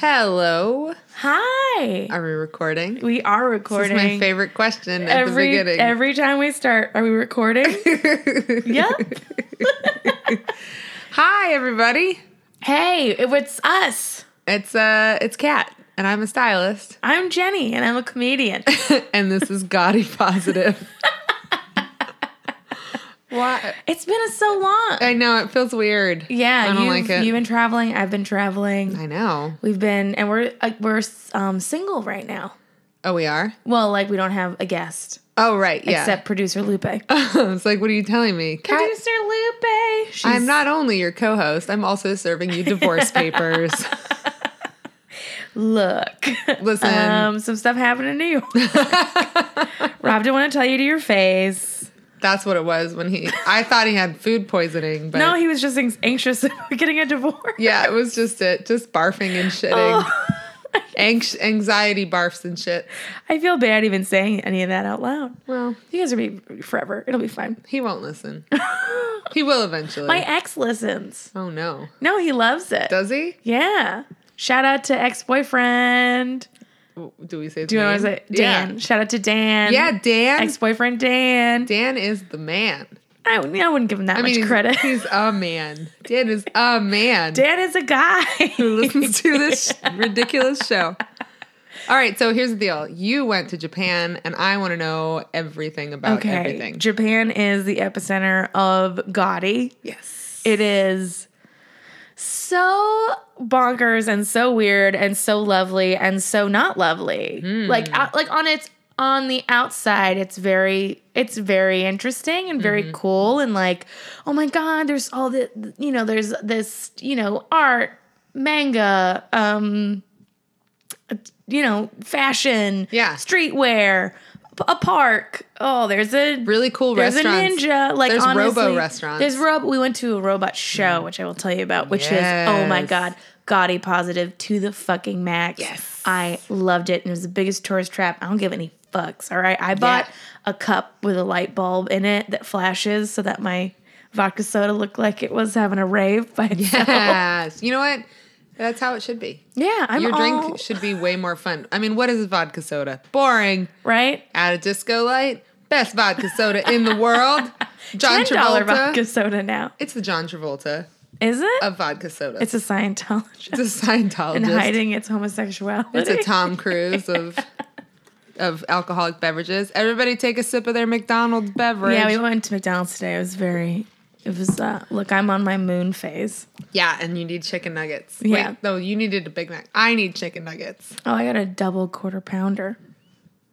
Hello. Hi. Are we recording? We are This recording. is my favorite question at every the beginning. every time we start, are we recording? Yep. Hi, everybody. hey, it- it's us. It's uh, it's Kat, and I'm a stylist, I'm Jenny, and I'm a comedian. and this is Gaudy Positive. Why? it's been so long. I know it feels weird. yeah, I don't you've, like it. You've been traveling. I've been traveling. I know. We've been, and we're uh, we're um, single right now. Oh, we are. Well, like we don't have a guest Oh, right. Yeah. except producer Lupe. it's like, what are you telling me, Kat? producer Lupe. She's, I'm not only your co-host, I'm also serving you divorce papers. Look. Listen. Um, some stuff happened in New York. Rob didn't want to tell you to your face. That's what it was when he. I thought he had food poisoning, but No, he was just anx- anxious about getting a divorce. yeah, it was just it, just barfing and shitting, Oh, Anx- anxiety barfs and shit. I feel bad even saying any of that out loud. Well, You guys are be forever. It'll be fine. he won't listen. he will eventually. My ex listens. oh no, No, he loves it. does he? yeah. Shout out to ex boyfriend. Do we say? His Do you know what I name? say? Dan. Shout out to Dan. Yeah, yeah Dan. Ex boyfriend Dan. Dan is the man. I, wouldn't- I wouldn't give him that I mean, much he's, credit. he's a man. Dan is a man Dan is a guy. who listens to this ridiculous show. All right, so here's the deal. You went to Japan, and I want to know everything about okay. everything. Japan is the epicenter of Gotti. Yes. It is so bonkers and so weird and so lovely and so not lovely. Like out, like on its on the outside, it's very it's very interesting and very cool and like oh my god, there's all the you know there's this you know art manga um you know fashion Yeah. streetwear a park oh there's a Really cool there's a restaurants. ninja. Like There's honestly, robo restaurants. There's robo. We went to a robot show, which I will tell you about. Which is oh my Yes. god, gaudy positive to the fucking max. Yes. I loved it, and it was the biggest tourist trap. I don't give any fucks. All right, I bought a cup with a light bulb in it that flashes, so that my vodka soda looked like it was having a rave. By itself. Yes. You know what? That's how it should be. yeah, I'm Your all, drink should be way more fun. I mean, what is vodka soda? Boring. right. At a disco light, best vodka soda in the world. John Ten dollar Travolta. vodka soda now. It's the John Travolta Is it? of vodka soda. it's a Scientologist It's a Scientologist. and hiding its homosexuality. It's a Tom Cruise of of alcoholic beverages. Everybody take a sip of their McDonald's beverage. Yeah, we went to McDonald's today. It was very. It was uh, look. I'm on my moon phase. Yeah, and you need chicken nuggets. Yeah. Wait, no, you needed a Big Mac. I need chicken nuggets. Oh, I got a double quarter pounder.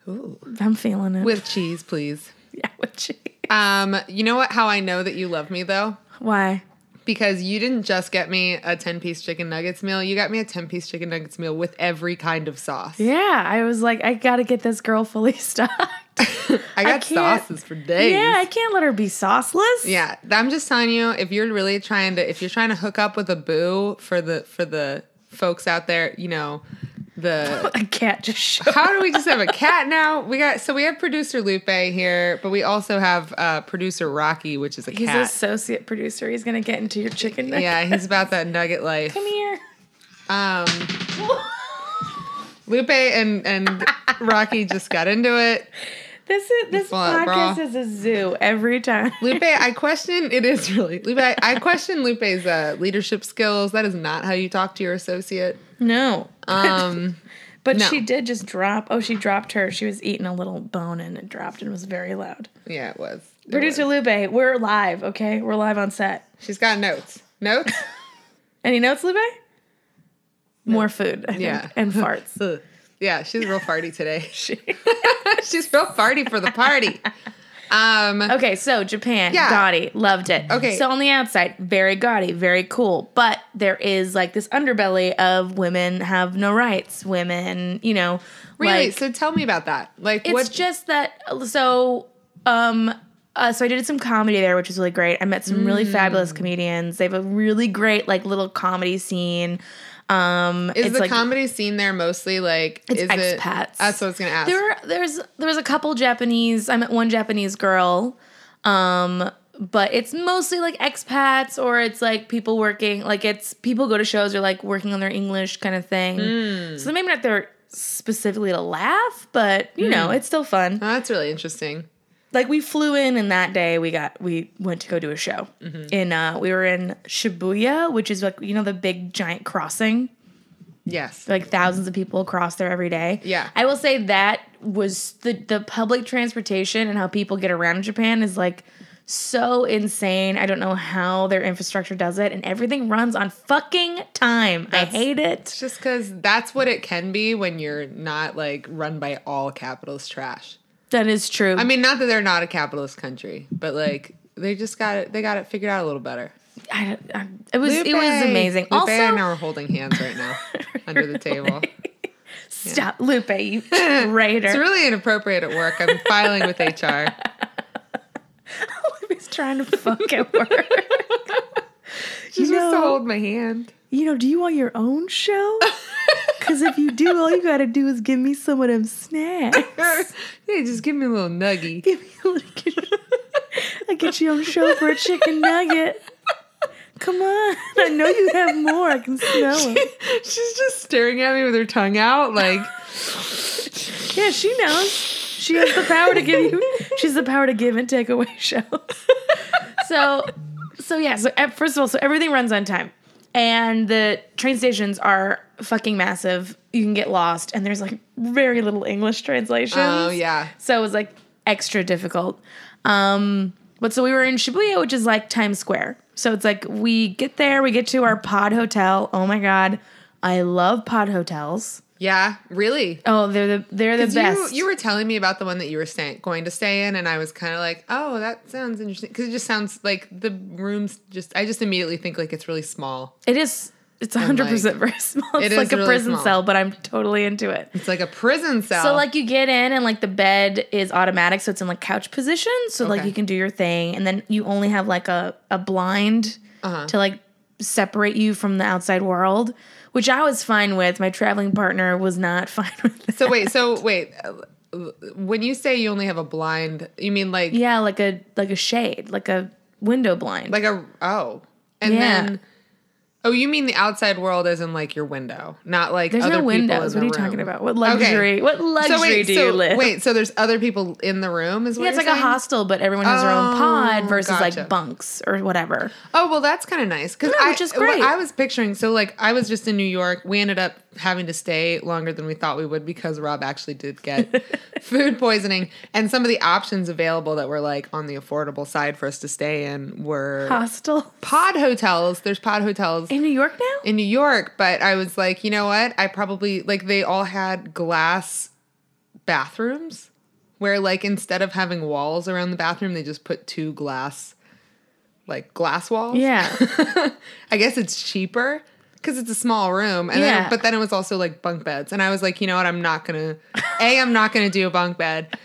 Ooh. I'm feeling it. With cheese, please. yeah, with cheese. Um, you know what? How I know that you love me though, Why? because you didn't just get me a ten-piece chicken nuggets meal. You got me a ten-piece chicken nuggets meal with every kind of sauce. Yeah, I was like, I gotta get this girl fully stocked. I got can't- sauces for days. Yeah, I can't let her be sauceless. Yeah, th- I'm just telling you, if you're really trying to, if you're trying to hook up with a boo for the for the folks out there, you know, the a cat just showed. how do we just have a cat now? We got so we have producer Lupe here, but we also have uh, producer Rocky, which is a He's an cat. associate producer. He's gonna get into your chicken. nugget. yeah, he's about that nugget life. Come here. Um, Lupe and and Rocky just got into it. this is this What, bro? podcast is a zoo every time. Lupe, I question it is really Lupe. I, I question Lupe's uh, leadership skills. That is not how you talk to your associate. No. Um, But No. she did just drop. Oh, she dropped her. She was eating a little bone and it dropped and was very loud. yeah, it was. It Producer Lube, we're live, okay? We're live on set. was. She's got notes. Notes. Any notes, Lube? More food, I think, Yeah. and farts. Ugh. yeah, she's real farty today. She- she's real farty for the party. Um, okay, so Japan, Yeah. gaudy, loved it. Okay. so on the outside, very gaudy, very cool, but there is like this underbelly of women have no rights, women, you know, really? like, so tell me about that. Like, It's what? just that so um uh, so I did some comedy there, which was really great. I met some really Mm. fabulous comedians. They have a really great like little comedy scene. Um, is it's the like comedy scene there mostly like? It's is expats. It, that's what I was gonna ask. there were, there's there was a couple Japanese. I met one Japanese girl um, but it's mostly like expats or it's like people working like it's people go to shows or like working on their english kind of thing Hmm. so maybe not there specifically to laugh but Hmm. you know it's still fun Oh, that's really interesting. like we flew in and that day we got we went to go do a show Mm-hmm. in uh we were in shibuya which is like you know the big giant crossing Yes. like thousands of people cross there every day. Yeah. I will say that was the the public transportation and how people get around in Japan is like so insane. I don't know how their infrastructure does it and everything runs on fucking time. That's- I hate it. It's just because that's what it can be when you're not like run by all capitalist trash. That is true. I mean, not that they're not a capitalist country, but like they just got it. They got it figured out a little better. I, I- it was it was Lupe! amazing. Lupe and I also are holding hands right now under the table. stop Lupe, you traitor. It's really inappropriate at work. I'm filing with HR. Lupe's trying to fuck at work. She You just wants to know- hold my hand. you know, do you want your own show? Because if you do, all you gotta do is give me some of them snacks. yeah, just give me a little nuggy. Give me a little. I get you on show for a chicken nugget. Come on, I know you have more. I can smell it. She's just staring at me with her tongue out, like Yeah, she knows. She has the power to give you. She's the power to give and take away shows. So, so yeah. So eh, first of all, so everything runs on time, and the train stations are fucking massive. You can get lost, and there's like very little English translation. oh yeah. So it was like extra difficult. Um, but so we were in Shibuya, which is like Times Square. So it's like we get there, we get to our pod hotel. Oh my god, I love pod hotels. Yeah, really. Oh, they're the they're the best. You, you were telling me about the one that you were staying, going to stay in, and I was kind of like, "Oh, that sounds interesting," because it just sounds like the rooms. Just I just immediately think like it's really small. it is it's hundred percent very small. It's is like a really prison small. cell, but I'm totally into it. It's like a prison cell. So like you get in and like the bed is automatic, so it's in like couch position. So like Okay. you can do your thing, and then you only have like a a blind Uh-huh. to like separate you from the outside world, which I was fine with. My traveling partner was not fine with. That. so wait, so wait. uh, When you say you only have a blind, you mean like yeah, like a like a shade, like a window blind. like a oh, and Yeah. then oh, you mean the outside world as in like your window, not like there's other no people in windows. the What are you room. talking about? What luxury? What luxury so wait, do so you live? wait, so there's other people in the room, is what Yeah, it's you're like a saying? hostel, but everyone has their own Oh, pod versus gotcha. like bunks or whatever. Oh well, that's kind of nice because No, which is great. I was picturing so like I was just in New York. We ended up having to stay longer than we thought we would because Rob actually did get food poisoning, and some of the options available that were like on the affordable side for us to stay in were Hostel pod hotels. There's pod hotels in New York now. in New York, but I was like, you know what? I probably like they all had glass bathrooms where like instead of having walls around the bathroom, they just put two glass like glass walls. Yeah. I guess it's cheaper because it's a small room. And Yeah. then, but then it was also like bunk beds. And I was like, you know what? I'm not going to, A, I'm not going to do a bunk bed.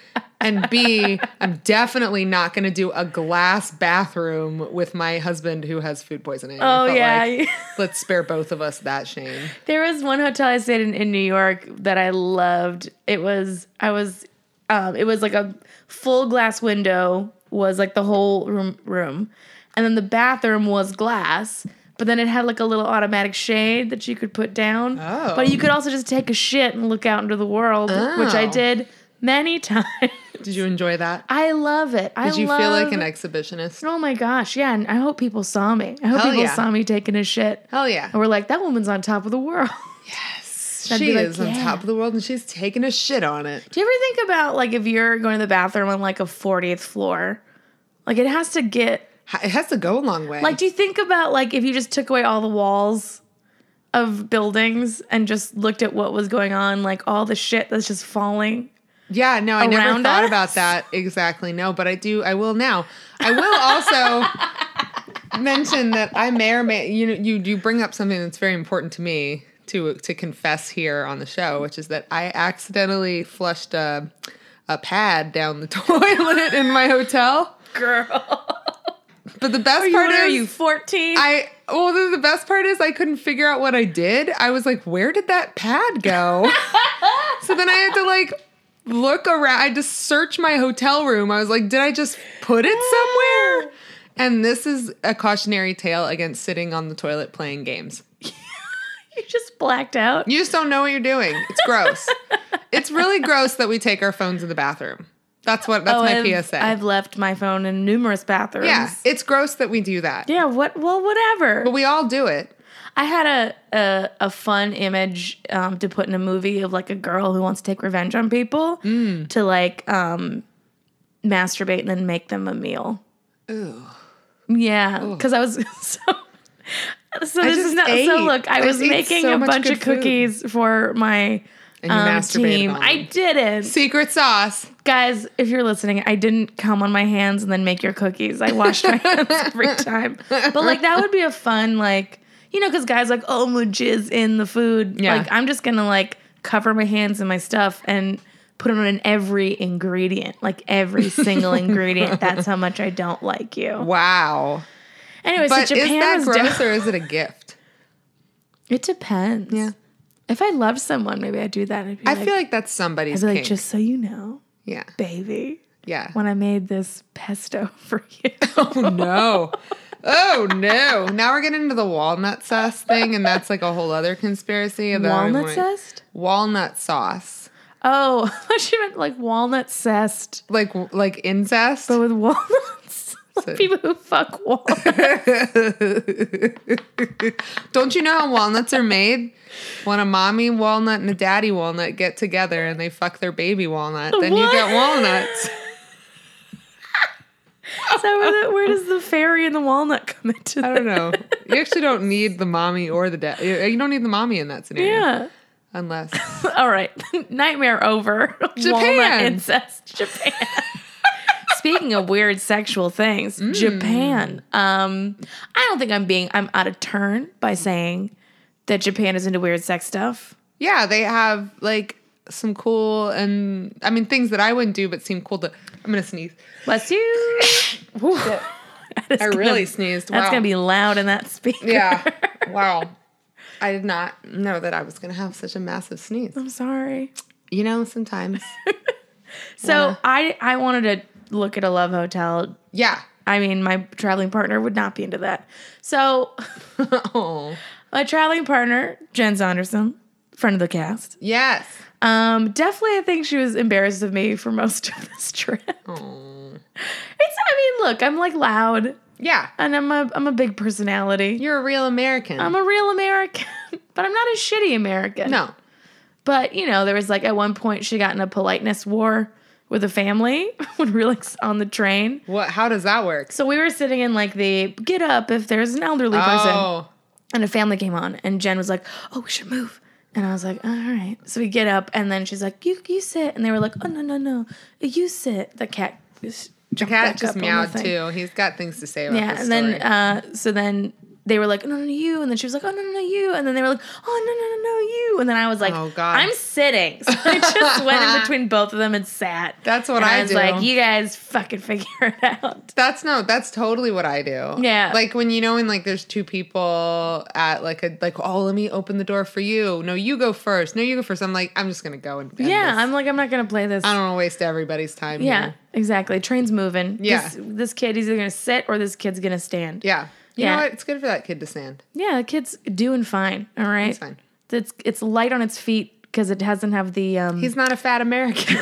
And B, I'm definitely not going to do a glass bathroom with my husband who has food poisoning. I Oh, felt yeah. like, Let's spare both of us that shame. There was one hotel I stayed in in New York that I loved. It was I was um it was like a full glass window was like the whole room room. And then the bathroom was glass, but then it had like a little automatic shade that you could put down. Oh. But you could also just take a shit and look out into the world, which I Oh. did many times. Did you enjoy that? I love it. I Did you feel like an love- exhibitionist? Oh my gosh, yeah, and I hope people saw me. I hope Hell people yeah. saw me taking a shit. Hell yeah. And we're like, that woman's on top of the world. She I'd be like, is on yeah. top of the world and she's taking a shit on it. Do you ever think about like if you're going to the bathroom on like a 40th floor? Like it has to get It has to go a long way. like do you think about like if you just took away all the walls of buildings and just looked at what was going on, like all the shit that's just falling? Yeah, no, I never around thought us? about that exactly. No, but I do. I will now. I will also mention that I may or may you know you you bring up something that's very important to me to to confess here on the show, which is that I accidentally flushed a a pad down the toilet in my hotel. Girl. But the best part What is are you, 14? I well the, the best part is I couldn't figure out what I did. I was like, where did that pad go? so then I had to like look around. I just search my hotel room. I was like, did I just put it somewhere? And this is a cautionary tale against sitting on the toilet playing games. You just blacked out. You just don't know what you're doing. It's gross. it's really gross that we take our phones in the bathroom. That's what that's Oh, my I've- PSA. I've left my phone in numerous bathrooms. yeah, it's gross that we do that. Yeah, what well whatever. But we all do it. I had a a, a fun image um, to put in a movie of like a girl who wants to take revenge on people Mm. to like um, masturbate and then make them a meal. Ooh. Yeah, because I was so. So this is just not so. ate. Look, I I was just ate making so a much bunch good of cookies for my And you um, masturbated team. on I them. didn't, Secret sauce. guys. If you're listening, I didn't come on my hands and then make your cookies. I washed my hands every time. But like that would be a fun like you know because guys like oh I'm gonna jizz in the food. Yeah. Like I'm just gonna like cover my hands in my stuff and put it on every ingredient, like every single ingredient. That's how much I don't like you. Wow. Anyway, But so is Japan that was gross dope. or is it a gift? It depends. Yeah. If I love someone, maybe I do that. I'd be I like, feel like that's somebody's I'd be like, kink. just so you know, yeah. baby, Yeah. when I made this pesto for you. Oh no. Oh no. Now we're getting into the walnut sauce thing, and that's like a whole other conspiracy. that I don't walnut wanna- zest? Walnut sauce. Oh, I thought she meant like walnut zest, Like like incest. but with walnuts. Like So- People who fuck walnuts. Don't you know how walnuts are made? When a mommy walnut and a daddy walnut get together and they fuck their baby walnut, then you What? get walnuts. so where, the, where does the fairy and the walnut come into I don't know. You actually don't need the mommy or the dad. You you don't need the mommy in that scenario. Yeah. Unless. All right. Nightmare over. Walnut Japan. incest. Japan. Speaking of weird sexual things, Mm. Japan. Um, I don't think I'm being I'm out of turn by saying that Japan is into weird sex stuff. Yeah, they have like some cool and I mean things that I wouldn't do but seem cool to I'm gonna sneeze. Bless you. Shit. That is I gonna- really sneezed. Wow. That's gonna be loud in that speaker. Yeah. wow. I did not know that I was gonna have such a massive sneeze. I'm sorry. You know, sometimes. So I I wanted to look at a love hotel. Yeah. I mean, my traveling partner would not be into that. So oh. my traveling partner, Jen Saunderson, friend of the cast. Yes. Um, definitely, I think she was embarrassed of me for most of this trip. It's, Oh. I mean, look, I'm like loud, Yeah. and I'm a I'm a big personality. You're a real American. I'm a real American, but I'm not a shitty American. no. but you know, there was like at one point she got in a politeness war with a family when we were like on the train. What how does that work? So we were sitting in like the get up if there's an elderly person. Oh. and a family came on and jen was like oh we should move and i was like all right so we get up and then she's like you you sit and they were like oh no no no you sit the cat just The cat just meowed too. He's got things to say about yeah this and then story. uh so then they were like "Oh, no no no you and then she was like oh no no no you and then they were like oh no no no no you and then i was like Oh, God. i'm sitting so i just went in between both of them and sat That's what and I was do. like you guys fucking figure it out That's no, that's totally what I do. Yeah. Like when you know when like there's two people at like a like, oh, let me open the door for you. No, you go first. No, you go first. I'm like, I'm just gonna go and end yeah this. i'm like i'm not gonna play this I don't want to waste everybody's time. Yeah, here. exactly. Train's moving. Yeah. This, this kid is either gonna sit or this kid's gonna stand. Yeah. You Yeah. know what? It's good for that kid to stand. Yeah, the kid's doing fine. All right. It's fine. It's it's light on its feet because it doesn't have the um He's not a fat American.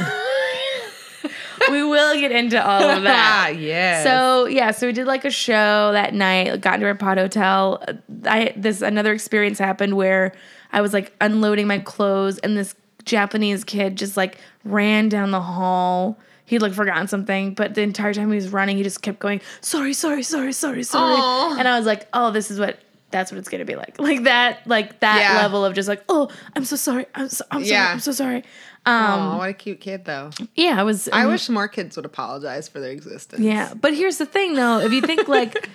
we will get into all of ah, that. yeah. So yeah, so we did like a show that night. Got into our pod hotel. I this another experience happened where I was like unloading my clothes, and this Japanese kid just like ran down the hall. He'd like forgotten something, but the entire time he was running, he just kept going, "Sorry, sorry, sorry, sorry, sorry," Aw. and I was like, "Oh, this is what." That's what it's gonna be like, like that, like that Yeah. level of just like, oh, I'm so sorry, I'm so, I'm Yeah. sorry, I'm so sorry. Aw, Um, what a cute kid though. yeah, I was. I wish more kids would apologize for their existence. Yeah, but here's the thing, though. If you think like,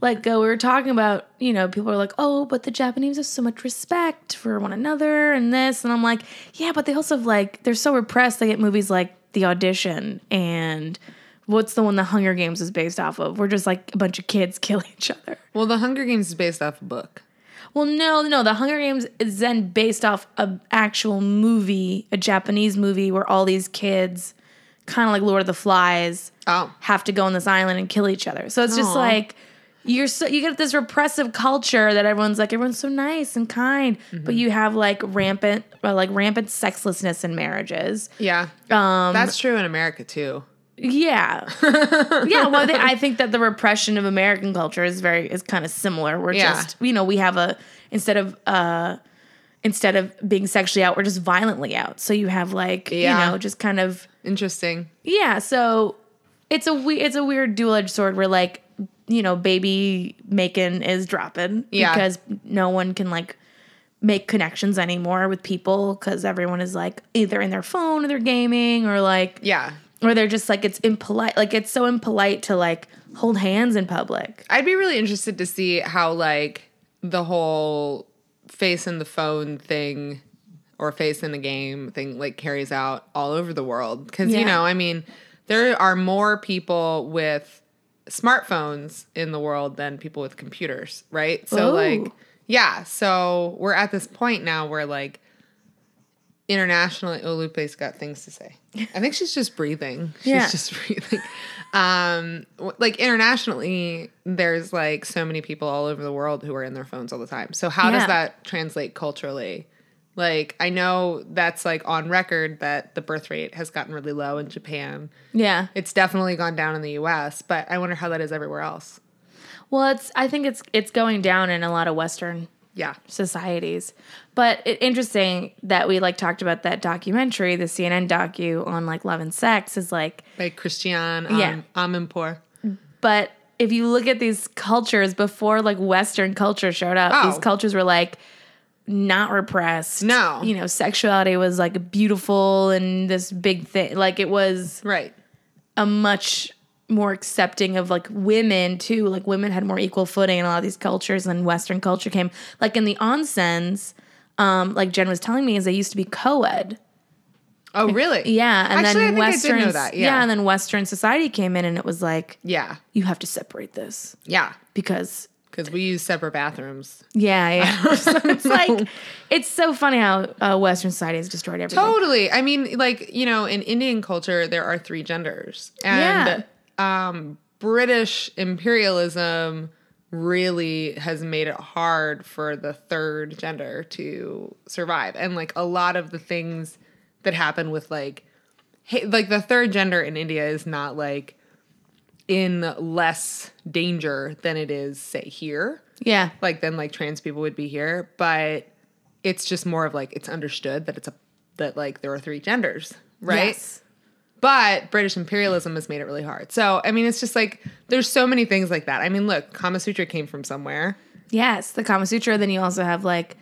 like uh, we were talking about, you know, people are like, oh, but the Japanese have so much respect for one another and this, and I'm like, yeah, but they also have like they're so repressed. They get movies like The Audition and what's the one the Hunger Games is based off of? We're just like a bunch of kids killing each other. Well, The Hunger Games is based off a book. Well, no, no, The Hunger Games is then based off a actual movie, a Japanese movie where all these kids kind of like Lord of the Flies, Oh. have to go on this island and kill each other. So it's just Aw. like you're so you get this repressive culture that everyone's like everyone's so nice and kind, Mm-hmm. but you have like rampant uh, like rampant sexlessness in marriages. Yeah. Um, That's true in America too. yeah, yeah. Well, they, I think that the repression of American culture is very is kind of similar. We're Yeah. just you know we have a instead of uh instead of being sexually out, we're just violently out. So you have like Yeah. you know just kind of Interesting. yeah, so it's a we- it's a weird dual edged sword where like you know baby making is dropping Yeah. because no one can like make connections anymore with people because everyone is like either in their phone or they're gaming or like Yeah. or they're just like it's impolite like it's so impolite to like hold hands in public. I'd be really interested to see how like the whole face in the phone thing or face in the game thing like carries out all over the world cuz Yeah. you know, I mean, there are more people with smartphones in the world than people with computers, right? So Ooh. like yeah, so we're at this point now where like internationally oh lupe's got things to say i think she's just breathing she's Yeah. just breathing um w- like internationally there's like so many people all over the world who are in their phones all the time so how Yeah. does that translate culturally like i know that's like on record that the birth rate has gotten really low in japan Yeah. it's definitely gone down in the us but i wonder how that is everywhere else Well, it's I think it's it's going down in a lot of western yeah societies. But it, interesting that we like talked about that documentary, the CNN docu on like love and sex is like, like christian Yeah. um, amanpour but if you look at these cultures before like Western culture showed up, Oh. these cultures were like not repressed. No. You know, sexuality was like beautiful and this big thing. Like it was right a much more accepting of like women too. Like women had more equal footing in a lot of these cultures, and Western culture came. Like in the onsens, um, like Jen was telling me, is they used to be co-ed. oh really Yeah, and Actually, I then think I did Western, know that, yeah. and then Western society came in, and it was like yeah you have to separate this yeah because Because we use separate bathrooms. yeah, yeah. So it's like it's so funny how uh, Western society has destroyed everything. Totally. I mean, like, you know, in Indian culture, there are three genders. And um, British imperialism really has made it hard for the third gender to survive. And, like, a lot of the things that happen with, like, hey, like the third gender in India is not, like, in less danger than it is, say, here. Yeah, like then like trans people would be here but it's just more of like it's understood that it's a that like there are three genders right Yes. but british imperialism has made it really hard so i mean it's just like there's so many things like that i mean look kama sutra came from somewhere Yes, the Kama Sutra. Then you also have like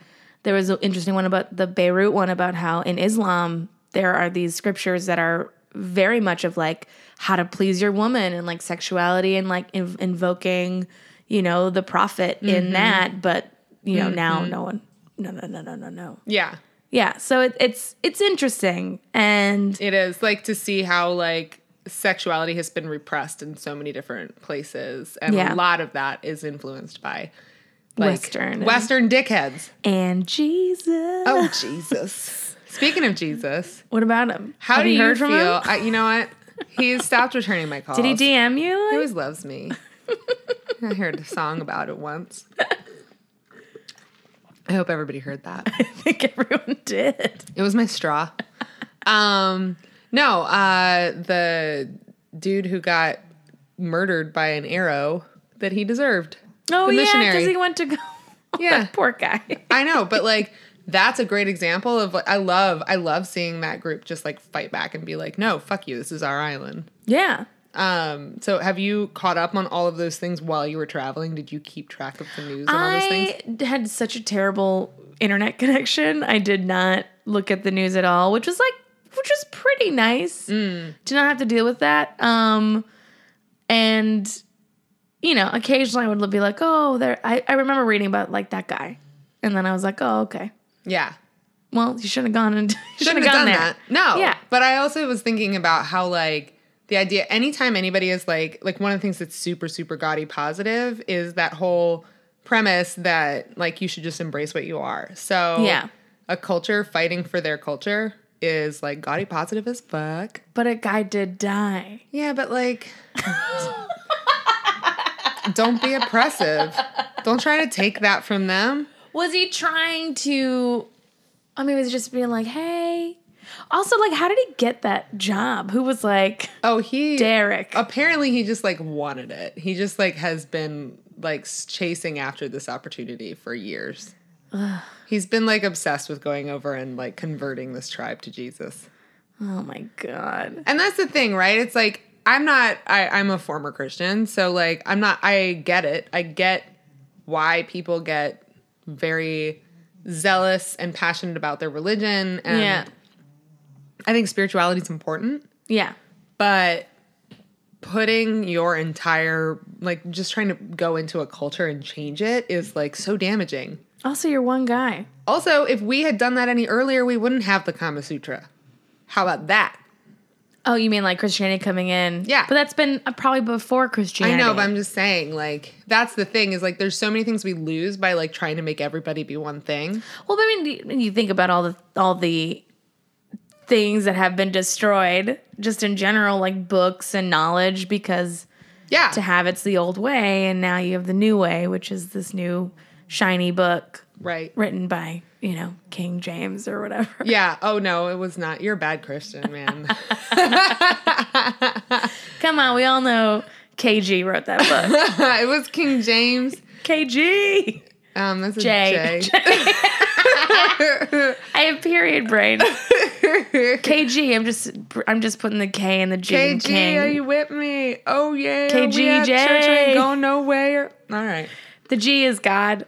there was an interesting one about the Beirut one about how in Islam there are these scriptures that are very much of like how to please your woman and like sexuality and like inv- invoking you know the prophet in that, but you know now no one no no no no no no yeah yeah. So it, it's it's interesting and it is like to see how like sexuality has been repressed in so many different places and Yeah. a lot of that is influenced by like Western. western dickheads and Jesus. oh jesus speaking of jesus What about him? How Have do you heard feel? from him? I, you know what? He stopped returning my calls. Did he DM you? He always loves me. I heard a song about it once. I hope everybody heard that. I think everyone did. It was my straw. Um, no, uh, the dude who got murdered by an arrow that he deserved. Oh The yeah, missionary. because he went to go. Yeah. That poor guy. I know, but like that's a great example of like I love I love seeing that group just like fight back and be like, no, fuck you, this is our island. Yeah. Um, so have you caught up on all of those things while you were traveling? Did you keep track of the news and all those things? I had such a terrible internet connection. I did not look at the news at all, which was like, which was pretty nice Mm. to not have to deal with that. Um, and you know, occasionally I would be like, oh, there. I, I remember reading about like that guy, and then I was like, oh, okay. Yeah. Well, you shouldn't have gone and Shouldn't have done gone that. No. Yeah. But I also was thinking about how like the idea anytime anybody is like like one of the things that's super, super gaudy positive is that whole premise that like you should just embrace what you are. So Yeah. a culture fighting for their culture is like gaudy positive as fuck. But a guy did die. Yeah, but like, don't be oppressive. Don't try to take that from them. Was he trying to? I mean, was he just being like, "Hey." Also, like, how did he get that job? Who was like Oh, he Derek? apparently he just like wanted it. He just like has been like s- chasing after this opportunity for years. He's been like obsessed with going over and like converting this tribe to Jesus. oh my god. And that's the thing, right? It's like I'm not I, I'm a former Christian, so like I'm not I get it. I get why people get very zealous and passionate about their religion and yeah. I think spirituality is important Yeah. but putting your entire like just trying to go into a culture and change it is like so damaging Also, you're one guy. also if we had done that any earlier we wouldn't have the kama sutra how about that Oh, you mean like Christianity coming in? Yeah. But that's been uh, probably before Christianity. i know but i'm just saying like that's the thing is like there's so many things we lose by like trying to make everybody be one thing Well, but I mean, when you think about all the all the things that have been destroyed, just in general, like books and knowledge, because yeah to have it's the old way, and now you have the new way, which is this new shiny book right written by you know King James or whatever. yeah oh no it was not you're a bad christian man Come on, we all know KG wrote that book. it was king james KG. um that's a J. I have period brain. J. KG. I'm just I'm just putting the K and the G. in King. KG, are you with me? Oh yeah, we at KGJ. church ain't going nowhere. All right, The G is God.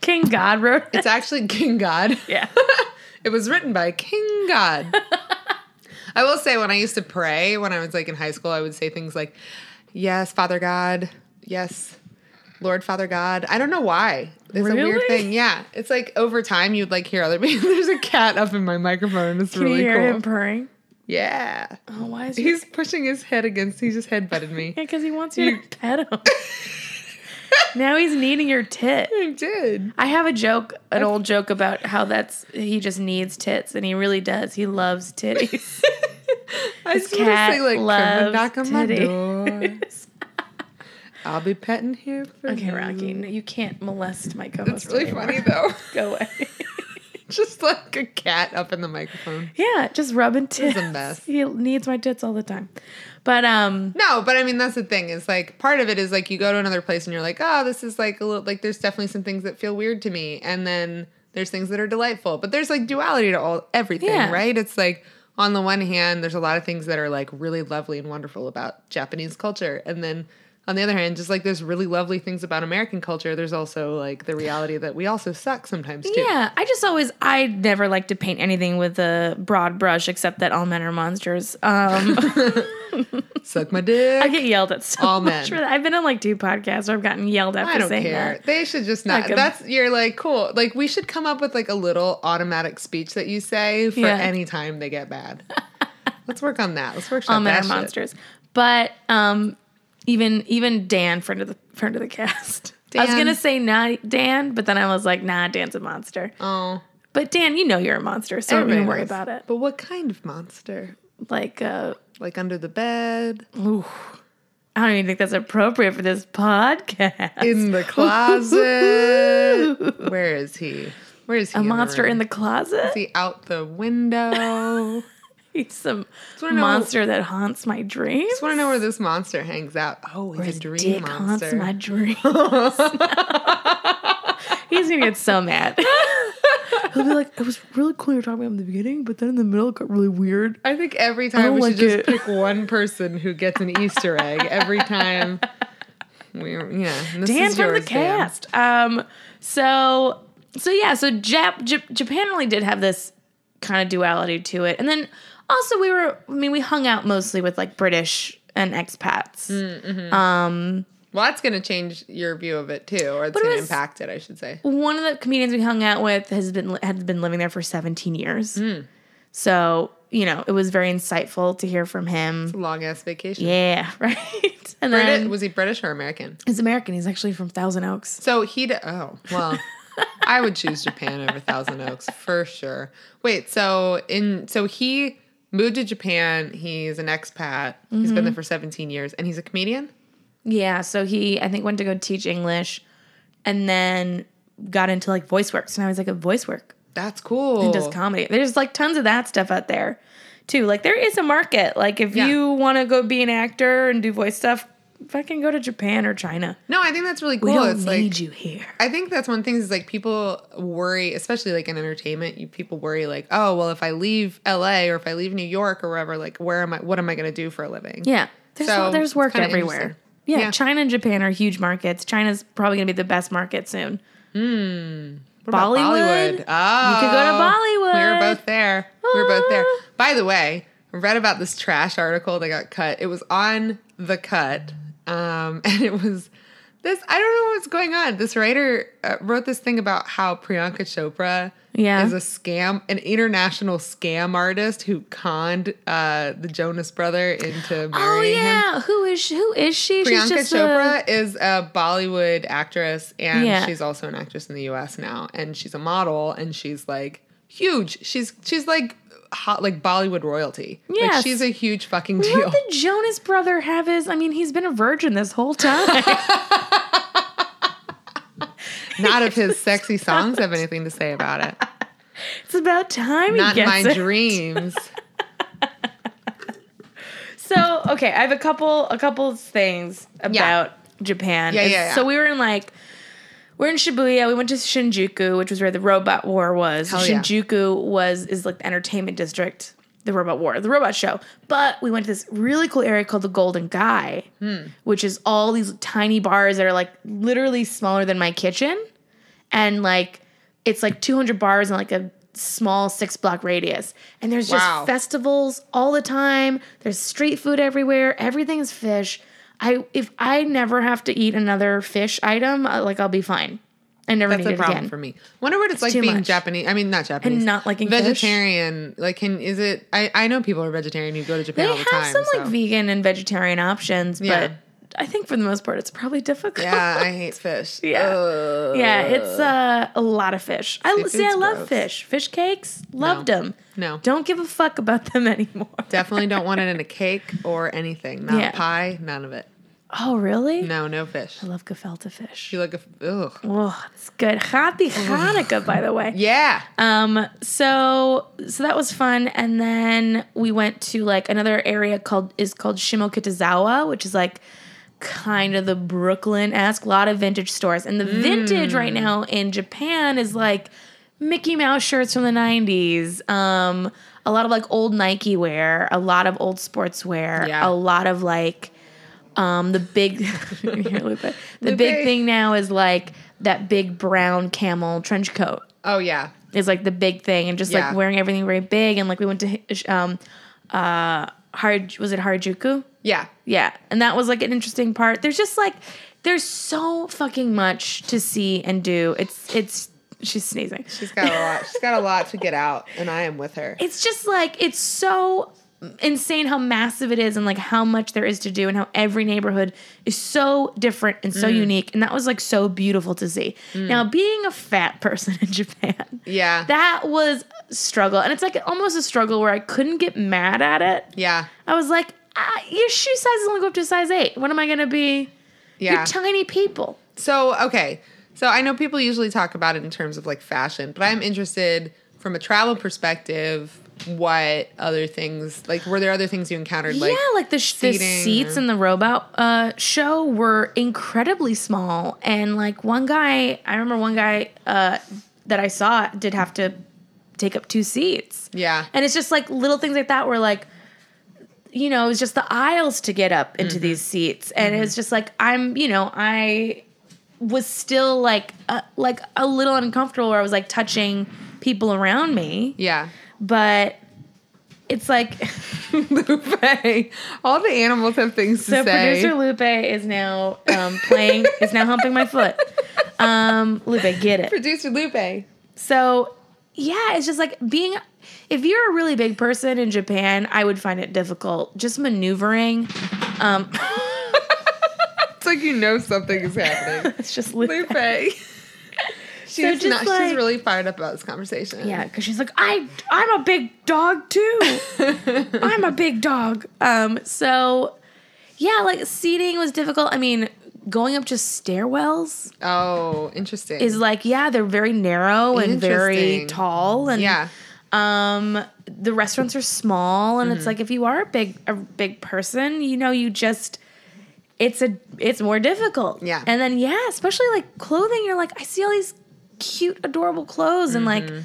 King God wrote it. it's actually King God. Yeah. It was written by King God. I will say, when I used to pray when I was like in high school, I would say things like, "Yes, Father God. Yes, Lord Father God." I don't know why. It's a weird Really? thing. Yeah, it's like over time you'd like hear other people. There's a cat up in my microphone. It's Can you really hear cool. him purring? Yeah, Oh, why is he's pushing his head against. He just headbutted me. Yeah, because he wants you to pet him. now he's needing your tit. I did. I have a joke, an old joke about how that's he just needs tits, and he really does. He loves titties. I His just want to cat say, like, come loves and knock on my door. titties. I'll be petting here for okay, you. Rocky, no, you can't molest my co-host. It's really anymore. funny though. Go away. just like a cat up in the microphone. yeah, just rubbing tits. a mess. He needs my tits all the time, but um, No, but I mean that's the thing. Is like part of it is like you go to another place and you're like, oh, this is like a little like there's definitely some things that feel weird to me, and then there's things that are delightful. But there's like duality to all everything, Yeah. right? It's like on the one hand, there's a lot of things that are like really lovely and wonderful about Japanese culture, and then on the other hand, just like there's really lovely things about American culture, there's also like the reality that we also suck sometimes too. Yeah, I just always I never like to paint anything with a broad brush except that all men are monsters. Um, Suck my dick. I get yelled at so All much men. for that. I've been on like two podcasts where I've gotten yelled at I for don't saying care. that. They should just not. Like um, 'em. that's you're like cool. Like we should come up with like a little automatic speech that you say for Yeah. any time they get bad. Let's work on that. Let's work All on men that. are shit. monsters. But um, even even Dan, friend of the friend of the cast. I was Dan. gonna say not Dan, but then I was like, nah, Dan's a monster. Oh, But Dan, you know you're a monster, so don't even everybody worry knows. about it. But what kind of monster? Like, uh, Like under the bed, ooh, I don't even think that's appropriate for this podcast. in the closet. Where is he? Where is he? a monster in the closet. the room? Is he out the window. He's some wanna know- monster that haunts my dreams. Just want to know where this monster hangs out. Oh, he's His a dream dick haunts monster. my dreams. He's gonna get so mad. He'll be like, "It was really cool you were talking about in the beginning, but then in the middle it got really weird." I think every don't time we like should just it. pick one person who gets an Easter egg every time. We, yeah, this Dan is from yours, the Dan. cast. Um, so so yeah, so Jap- Jap- Japan really did have this kind of duality to it, and then also we were, I mean, we hung out mostly with like British and expats. Well, that's going to change your view of it too, or it's going to was- impact it, I should say. one of the comedians we hung out with has been had been living there for 17 years. Hmm. So, you know, it was very insightful to hear from him. Long ass vacation. Yeah, right. And Briti- then was he British or American? he's American. He's actually from Thousand Oaks. So he. D- oh well, I would choose Japan over Thousand Oaks for sure. Wait, so in so he moved to Japan. He's an expat. He's been there Mm-hmm. for 17 years, and he's a comedian. Yeah, so he I think went to go teach English and then got into like voice work. So now he's like a voice work That's cool. and does comedy. There's like tons of that stuff out there too. Like there is a market. Like if Yeah. you want to go be an actor and do voice stuff, fucking go to Japan or China. no, I think that's really We cool. don't It's need like you here. I think that's one thing is like people worry, especially like in entertainment, you people worry like, oh well, if I leave LA or if I leave New York or wherever, like where am I? What am I going to do for a living? Yeah. There's, So, there's it's work kinda everywhere. interesting. Yeah, Yeah. China and Japan are huge markets. China's probably going to be the best market soon. Hmm. What about Bollywood? Bollywood. Oh, You could go to We were Bollywood. both there. We were both there. Ah. By the way, I read about this trash article that got cut. It was on the cut, um, and it was this. I don't know what's going on. This writer uh, wrote this thing about how Priyanka Chopra Yeah. is a scam, an international scam artist who conned uh, the Jonas brother into marrying Oh him. yeah, who is she? who is she? Priyanka a- Chopra is a Bollywood actress, and Yeah. she's also an actress in the U.S. now, and she's a model, and she's like huge. She's she's like hot, like Bollywood royalty. Yes. Like she's a huge fucking What deal. did Jonas brother have his? I mean, he's been a virgin this whole time. Not if his sexy songs have anything to say about it. it's about time he Not in gets my it. dreams. So okay, I have a couple a couple things about Japan. Yeah, yeah, It's- yeah. So we were in like we're in Shibuya. We went to Shinjuku, which was where the robot war was. Hell yeah. Shinjuku was is like the entertainment district, the robot war, the robot show. But we went to this really cool area called the Golden Guy, Hmm. which is all these tiny bars that are like literally smaller than my kitchen, and like it's like 200 bars in like a small six block radius. And there's just Wow. festivals all the time. There's street food everywhere. Everything is fish. I if I never have to eat another fish item, uh, like I'll be fine. I never That's need a it problem again. for me. Wonder what it's, like too being much. Japanese. I mean, not Japanese. not liking fish. vegetarian. Like, can is it? I I know people who are vegetarian who go to Japan They all the have time. some so. like vegan and vegetarian options, Yeah. but I think for the most part it's probably difficult. yeah, I hate fish. Yeah. Ugh. Yeah, it's uh, a lot of fish. I see. I Seafood's love gross. fish. Fish cakes, loved them. No. Don't give a fuck about them anymore. Definitely don't want it in a cake or anything. Not Yeah. pie, none of it. Oh, really? No, no fish. I love gefilte fish. You like a ugh. Oh, it's good. Happy Hanukkah, by the way. Yeah. Um, so so that was fun, and then we went to like another area called is called Shimokitazawa, which is like kind of the Brooklyn esque, lot of vintage stores, and the vintage right now in Japan is like Mickey Mouse shirts from the '90s, um, a lot of like old Nike wear, a lot of old sportswear, Yeah. a lot of like um, the big here, Lupe. the, big Lupe. thing now is like that big brown camel trench coat Oh yeah. is like the big thing and just Yeah. like wearing everything very big and like we went to um uh Haraj was it Harajuku? Yeah. Yeah. And that was like an interesting part. There's just like there's so fucking much to see and do. It's it's she's sneezing. She's got a lot. She's got a lot to get out, and I am with her. It's just like it's so insane how massive it is and like how much there is to do and how every neighborhood is so different and Mm. so unique and that was like so beautiful to see. Now being a fat person in Japan Yeah. that was a struggle and it's like almost a struggle where i couldn't get mad at it yeah. i was like ah, your shoe sizes only go up to a size eight what am i gonna be Yeah. you're tiny people So, okay. So, I know people usually talk about it in terms of like fashion, but I'm interested from a travel perspective what other things, like, were there other things you encountered? Like, yeah like the, sh- the seating seats or- in the robot uh, show were incredibly small and like one guy i remember one guy uh, that i saw did have to take up two seats yeah. And it's just like little things like that where like you know, it was just the aisles to get up into these seats. And it was just like I'm, you know, I was still like uh, like a little uncomfortable where I was like touching people around me, yeah. but it's like Lupe. All the animals have things to so say. producer Lupe is now um, playing is now humping my foot. Um Lupe, get it. producer Lupe. So, yeah, it's just like being if you're a really big person in Japan, I would find it difficult just maneuvering. Um It's like you know something is happening. it's just Lupe. Lupe. She's, just not, she's like- really fired up about this conversation. Yeah, because she's like, I I'm a big dog too. I'm a big dog. Um, so yeah, like seating was difficult. I mean, going up just stairwells Oh, interesting. is like, yeah, they're very narrow and very Interesting. tall and yeah. um the restaurants are small and it's Mm-hmm. like if you are a big a big person, you know, you just it's a it's more difficult. Yeah. And then yeah, especially like clothing, you're like, I see all these cute, adorable clothes and like Mm-hmm.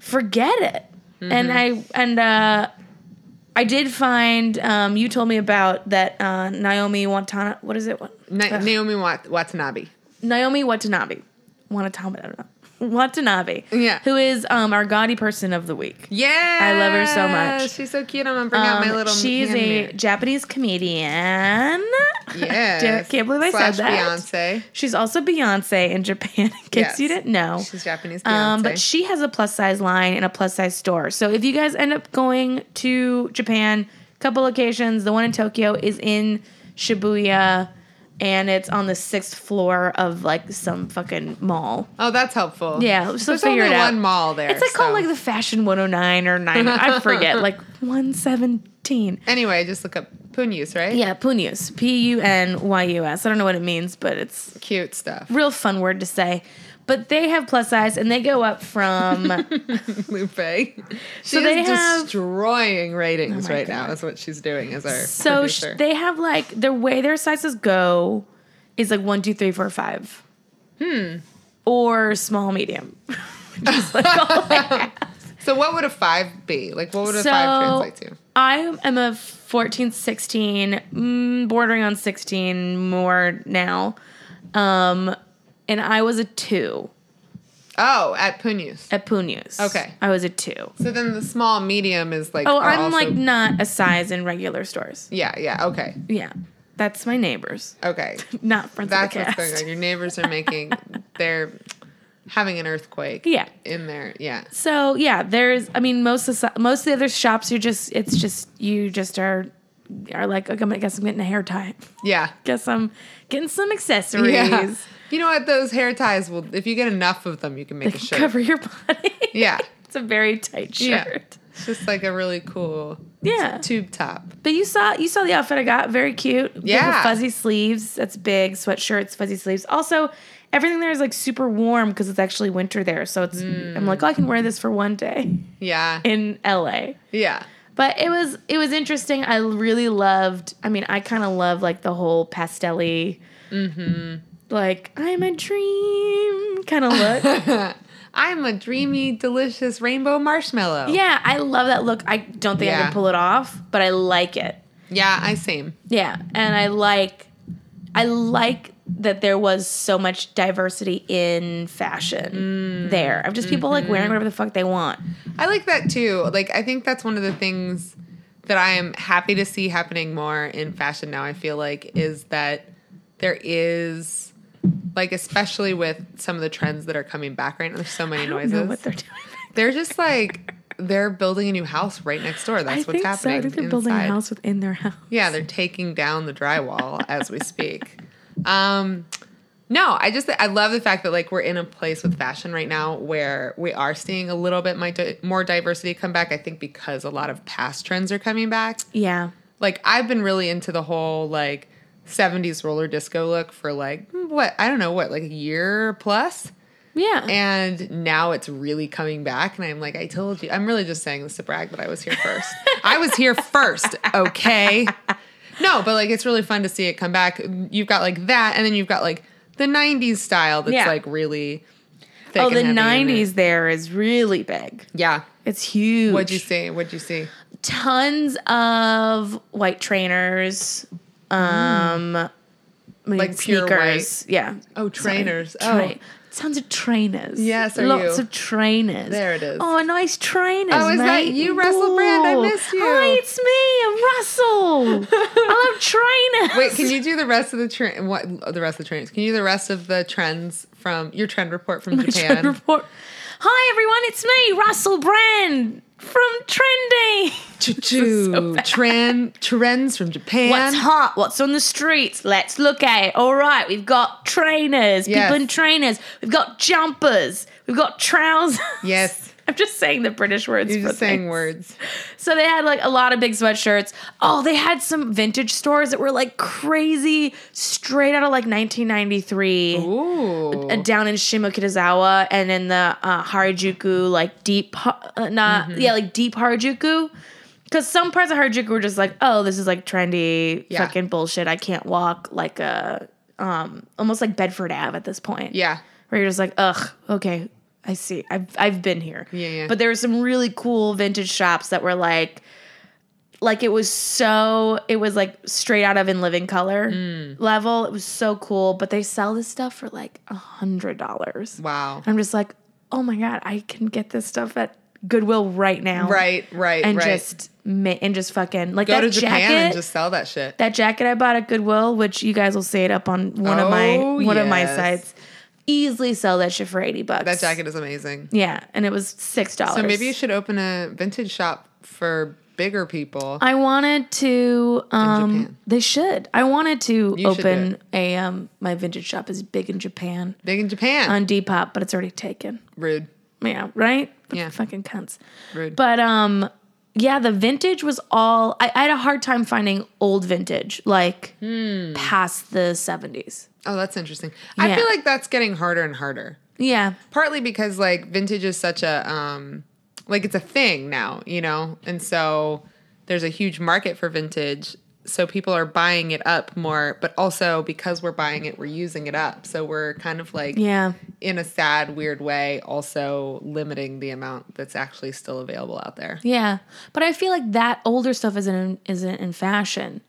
forget it. And I and uh I did find um you told me about that uh Naomi Watanabe what is it? What Na- Naomi Wat- Watanabe. Naomi Watanabe. Watanabe, I don't know. Watanabe. Yeah. Who is um our gaudy person of the week. Yeah. I love her so much. She's so cute. I'm gonna bring out my Um, little. she's a handmaid. Japanese comedian. Yes. Can't believe I Slash said that. Beyonce. She's also Beyonce in Japan, in case Yes. you didn't know. She's Japanese Beyonce. Um, but she has a plus size line and a plus size store. So if you guys end up going to Japan, couple locations. The one in Tokyo is in Shibuya, and it's on the sixth floor of like some fucking mall. oh, that's helpful. Yeah, so There's figure only it out. one mall there. It's like called so- like the Fashion 109 or 9. I forget, like 117. Anyway, just look up Punyus, right? Yeah, Punyus. P U N Y U S. I don't know what it means, but it's Cute stuff. real fun word to say. But they have plus size and they go up from Lupe. She's they have- Oh destroying ratings my right God. now. Is what she's doing as our so sh- producer. they have like the way their sizes go is like one, two, three, four, five. Hmm. Or small, medium. Just like all they have. so what would a five be? Like what would a So- five translate to? I am a 14, 16, mm, bordering on 16 more now. Um, and I was a two Oh, at Punyus. at Punyus. Okay. I was a two. So then the small medium is like. Oh, are I'm also- like not a size in regular stores. Yeah, yeah. Okay, Yeah. That's my neighbors, okay. not friends That's of the what's cast. going on. Your neighbors are making. they're having an earthquake. Yeah. In there, yeah. So yeah, there's. I mean, most of the, most of the other shops, you're just. It's just you just are are like. Okay, I guess I'm getting a hair tie. Yeah. Guess I'm getting some accessories. Yeah. You know what? Those hair ties will, if you get enough of them, you can make a shirt. Cover your body. Yeah. it's a very tight Yeah. shirt. It's just like a really cool Yeah. tube top. But you saw you saw the outfit I got. Very cute. Bit of Yeah. Fuzzy sleeves. That's big. Sweatshirts. Fuzzy sleeves. Also. Everything there is like super warm because it's actually winter there. So it's, I'm like, oh, I can wear this for one day Yeah. in LA. Yeah. But it was it was interesting. I really loved. I mean, I kind of love like the whole pastelly, Mm-hmm. like I'm a dream kind of look. I'm a dreamy, delicious rainbow marshmallow. yeah, I love that look. I don't think I Yeah. can pull it off, but I like it. Yeah, I same. Yeah, and I like, I like that there was so much diversity in fashion Mm. there of just people like Mm-hmm. wearing whatever the fuck they want. I like that too. Like, I think that's one of the things that I am happy to see happening more in fashion now. I feel like is that there is, like, especially with some of the trends that are coming back right now. There's so many I don't noises. know what they're doing. they're just like they're building a new house right next door. That's I what's think so. happening. I think they're building a inside. house within their house. Yeah, they're taking down the drywall as we speak. Um, no, I just I love the fact that like we're in a place with fashion right now where we are seeing a little bit my more diversity come back. I think because a lot of past trends are coming back. Yeah. Like I've been really into the whole like 70s roller disco look for like what I don't know what like a year plus. Yeah. And now it's really coming back. And I'm like, I told you. I'm really just saying this to brag that I was here first. I was here first, okay? No, but like it's really fun to see it come back. You've got like that, and then you've got like the 90s style that's Yeah. like really thick. Oh, and the heavy in it. '90s there is really big. Yeah. It's huge. What'd you see? What'd you see? Tons of white trainers, um, I mean, Like pure sneakers. Yeah. Oh, trainers. Tra- Oh. Tons of trainers. Yes, are lots you? of trainers. There it is. Oh, nice trainers. Oh, is that mate. you, Russell Brand? I Ooh. missed you. Hi, it's me. I'm Russell. I love trainers. Wait, can you do the rest of the trend? What the rest of the trends? Can you do the rest of the trends from your trend report from My Japan? trend report. Hi everyone, it's me, Russell Brand from Trendy. Choo-choo. Trend, trends from Japan. What's hot? What's on the streets? Let's look at it. All right, we've got trainers, Yes. people in trainers. We've got jumpers. We've got trousers. Yes. I'm just saying the British words. You're for just saying things. words. So they had like a lot of big sweatshirts. Oh, they had some vintage stores that were like crazy, straight out of like 1993. Ooh. Uh, down in Shimokitazawa and in the uh, Harajuku, like deep, ha- uh, not yeah, like deep Harajuku. Because some parts of Harajuku were just like, oh, this is like trendy, Yeah. fucking bullshit. I can't walk like a, um, almost like Bedford Ave at this point. Yeah. Where you're just like, ugh, okay, I see. I've I've been here. Yeah, yeah. But there were some really cool vintage shops that were like, like it was so it was like straight out of in living color Mm. level. It was so cool. But they sell this stuff for like a hundred dollars. Wow. I'm just like, oh my god, I can get this stuff at Goodwill right now. Right, right, And right. just ma- and just fucking like Go that to Japan jacket. and just sell that shit. That jacket I bought at Goodwill, which you guys will see it up on one of my Oh, one of my yes. sites, easily sell that shit for eighty bucks. That jacket is amazing. yeah, and it was six dollars. So maybe you should open a vintage shop for bigger people. I wanted to. Japan. Um, they should. I wanted to You should do open a um. My vintage shop is big in Japan Big in Japan. on Depop, but it's already taken. Rude. Yeah, right. Yeah. fucking cunts. Rude. But um, yeah, the vintage was all. I, I had a hard time finding old vintage, like Hmm. past the seventies. oh, that's interesting. I Yeah. feel like that's getting harder and harder. Yeah, Partly because like vintage is such a um like it's a thing now, you know? And so there's a huge market for vintage. So people are buying it up more, but also because we're buying it, we're using it up. So we're kind of like yeah. in a sad, weird way, also limiting the amount that's actually still available out there. Yeah, but I feel like that older stuff isn't in, isn't in fashion.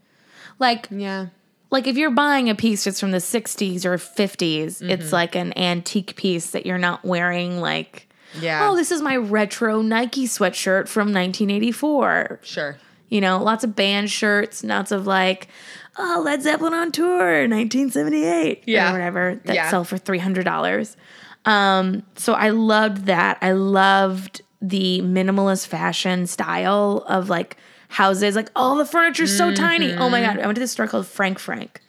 Like Yeah. like if you're buying a piece that's from the 60s or 50s, it's like an antique piece that you're not wearing like Yeah. oh this is my retro Nike sweatshirt from 1984. sure. You know, lots of band shirts, lots of like oh Led Zeppelin on tour 1978 Yeah. or whatever that Yeah. sell for $300. Um so I loved that. I loved the minimalist fashion style of like houses like all the furniture's so tiny. Oh Mm-hmm. my god, I went to this store called Frank Frank.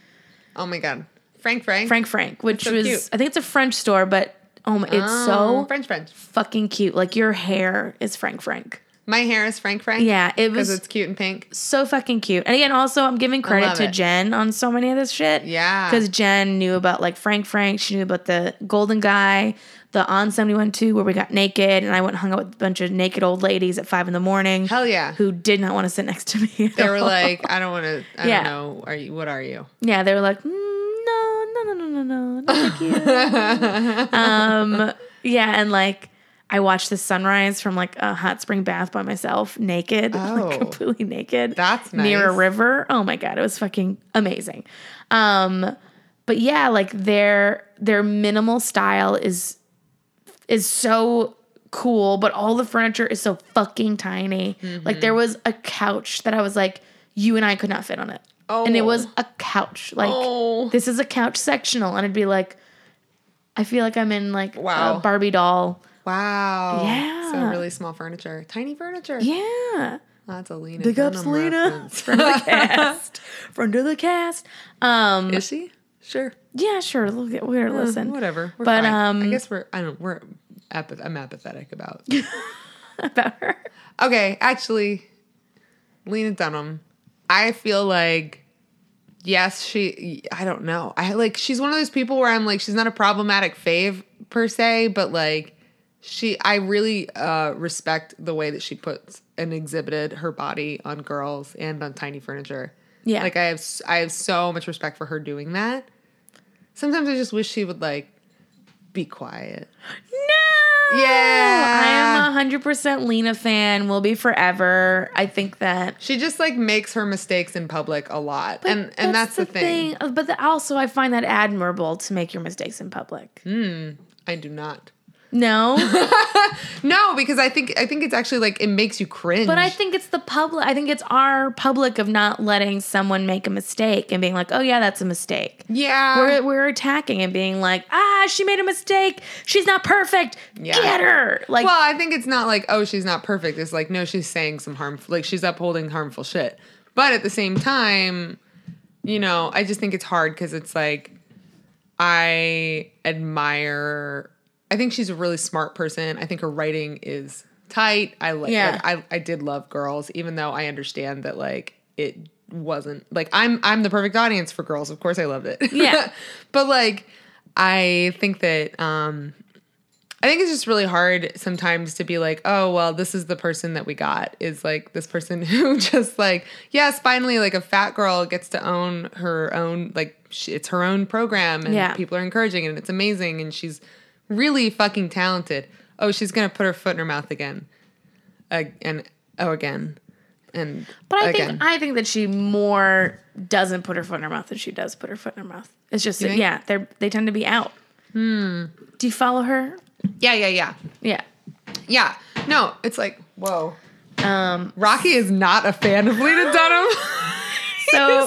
Oh my god. Frank Frank. Frank Frank, which so was cute. I think it's a French store, but oh my, it's Oh, so French French. fucking cute. Like your hair is Frank Frank. My hair is Frank Frank. Yeah, it Because was it's cute and pink. so fucking cute. And again, also I'm giving credit love to it. Jen on so many of this shit. Yeah. because Jen knew about like Frank Frank. She knew about the Golden Guy, the On Seventy One Two, where we got naked, and I went and hung out with a bunch of naked old ladies at five in the morning. Hell yeah. Who did not want to sit next to me? at They were all. like, I don't want to. I don't Yeah. know. Are you? What are you? Yeah, they were like, mm, no, no, no, no, no, no, no, thank you. um, yeah, and like I watched the sunrise from like a hot spring bath by myself, naked, Oh. like completely naked. That's near a nice. river. Oh my god, it was fucking amazing. Um, but yeah, like their their minimal style is is so cool, but all the furniture is so fucking tiny. Mm-hmm. Like there was a couch that I was like, you and I could not fit on it. And it Oh. was a couch. Like Oh. this is a couch sectional. And I'd be like, I feel like I'm in like Wow. a Barbie doll. Wow. So Yeah. really small furniture, tiny furniture. Yeah. That's a Lena. Big ups, Dunham Lena. reference. Friend of the cast. Friend of the cast. Um Is she? Sure. yeah, sure. We'll get we're listen. Whatever. We're But, fine. I um, guess we're. I don't. We're. Apath- I'm apathetic about. About her. Okay, actually, Lena Dunham, I feel like yes, she I don't know. I like she's one of those people where I'm like she's not a problematic fave per se, but like she I really uh respect the way that she puts and exhibited her body on girls and on tiny furniture. Yeah. Like I have s- I have so much respect for her doing that. Sometimes I just wish she would like be quiet. No! Yeah. I am a hundred percent Lena fan, will be forever. I think that She just like makes her mistakes in public a lot. and and that's, the, thing. thing. Mm. But the, also, I find that admirable to make your mistakes in public. I do not. No, No, because I think I think it's actually like it makes you cringe. but I think it's the public. I think it's our public of not letting someone make a mistake and being like, "Oh yeah, that's a mistake." yeah, We're, we're attacking and being like, "Ah, she made a mistake. She's not perfect. Yeah. Get her!" Like, well, I think it's not like oh she's not perfect. It's like no, she's saying some harmful, like she's upholding harmful shit. But at the same time, you know, I just think it's hard because it's like I admire. I think she's a really smart person. I think her writing is tight. I like. Yeah. like, I I did love girls, even though I understand that like it wasn't like I'm I'm the perfect audience for girls. Of course, I loved it. Yeah. but like I think that um I think it's just really hard sometimes to be like, oh well, this is the person that we got is like this person who just like yes, finally like a fat girl gets to own her own like sh- it's her own program and Yeah. people are encouraging it and it's amazing and she's really fucking talented. Oh, she's gonna put her foot in her mouth again, Ag- and oh again, and But I again. think I think that she more doesn't put her foot in her mouth than she does put her foot in her mouth. It's just think? yeah, they are they tend to be out. Hmm. Do you follow her? yeah, yeah, yeah, Yeah. yeah. No, it's like whoa. Um. Rocky is not a fan of Lena Dunham. So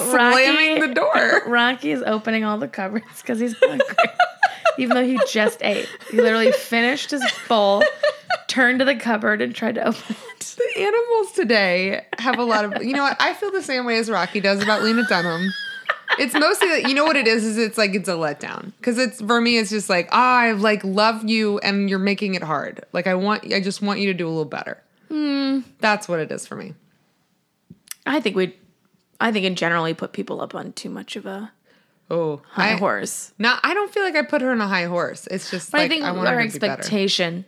He's slamming Rocky, the door. Rocky is opening all the cupboards because he's hungry, even though he just ate. He literally finished his bowl, turned to the cupboard, and tried to open it. The animals today have a lot of. You know what? I feel the same way as Rocky does about Lena Dunham. It's mostly that you know what it is is it's like it's a letdown because it's for me it's just like ah I like love you and you're making it hard like I want I just want you to do a little better. Hmm. That's what it is for me. I think we, I think in general we put people up on too much of a Oh, high I, horse. Not I don't feel like I put her on a high horse. It's just But like I think want our her to be better. expectation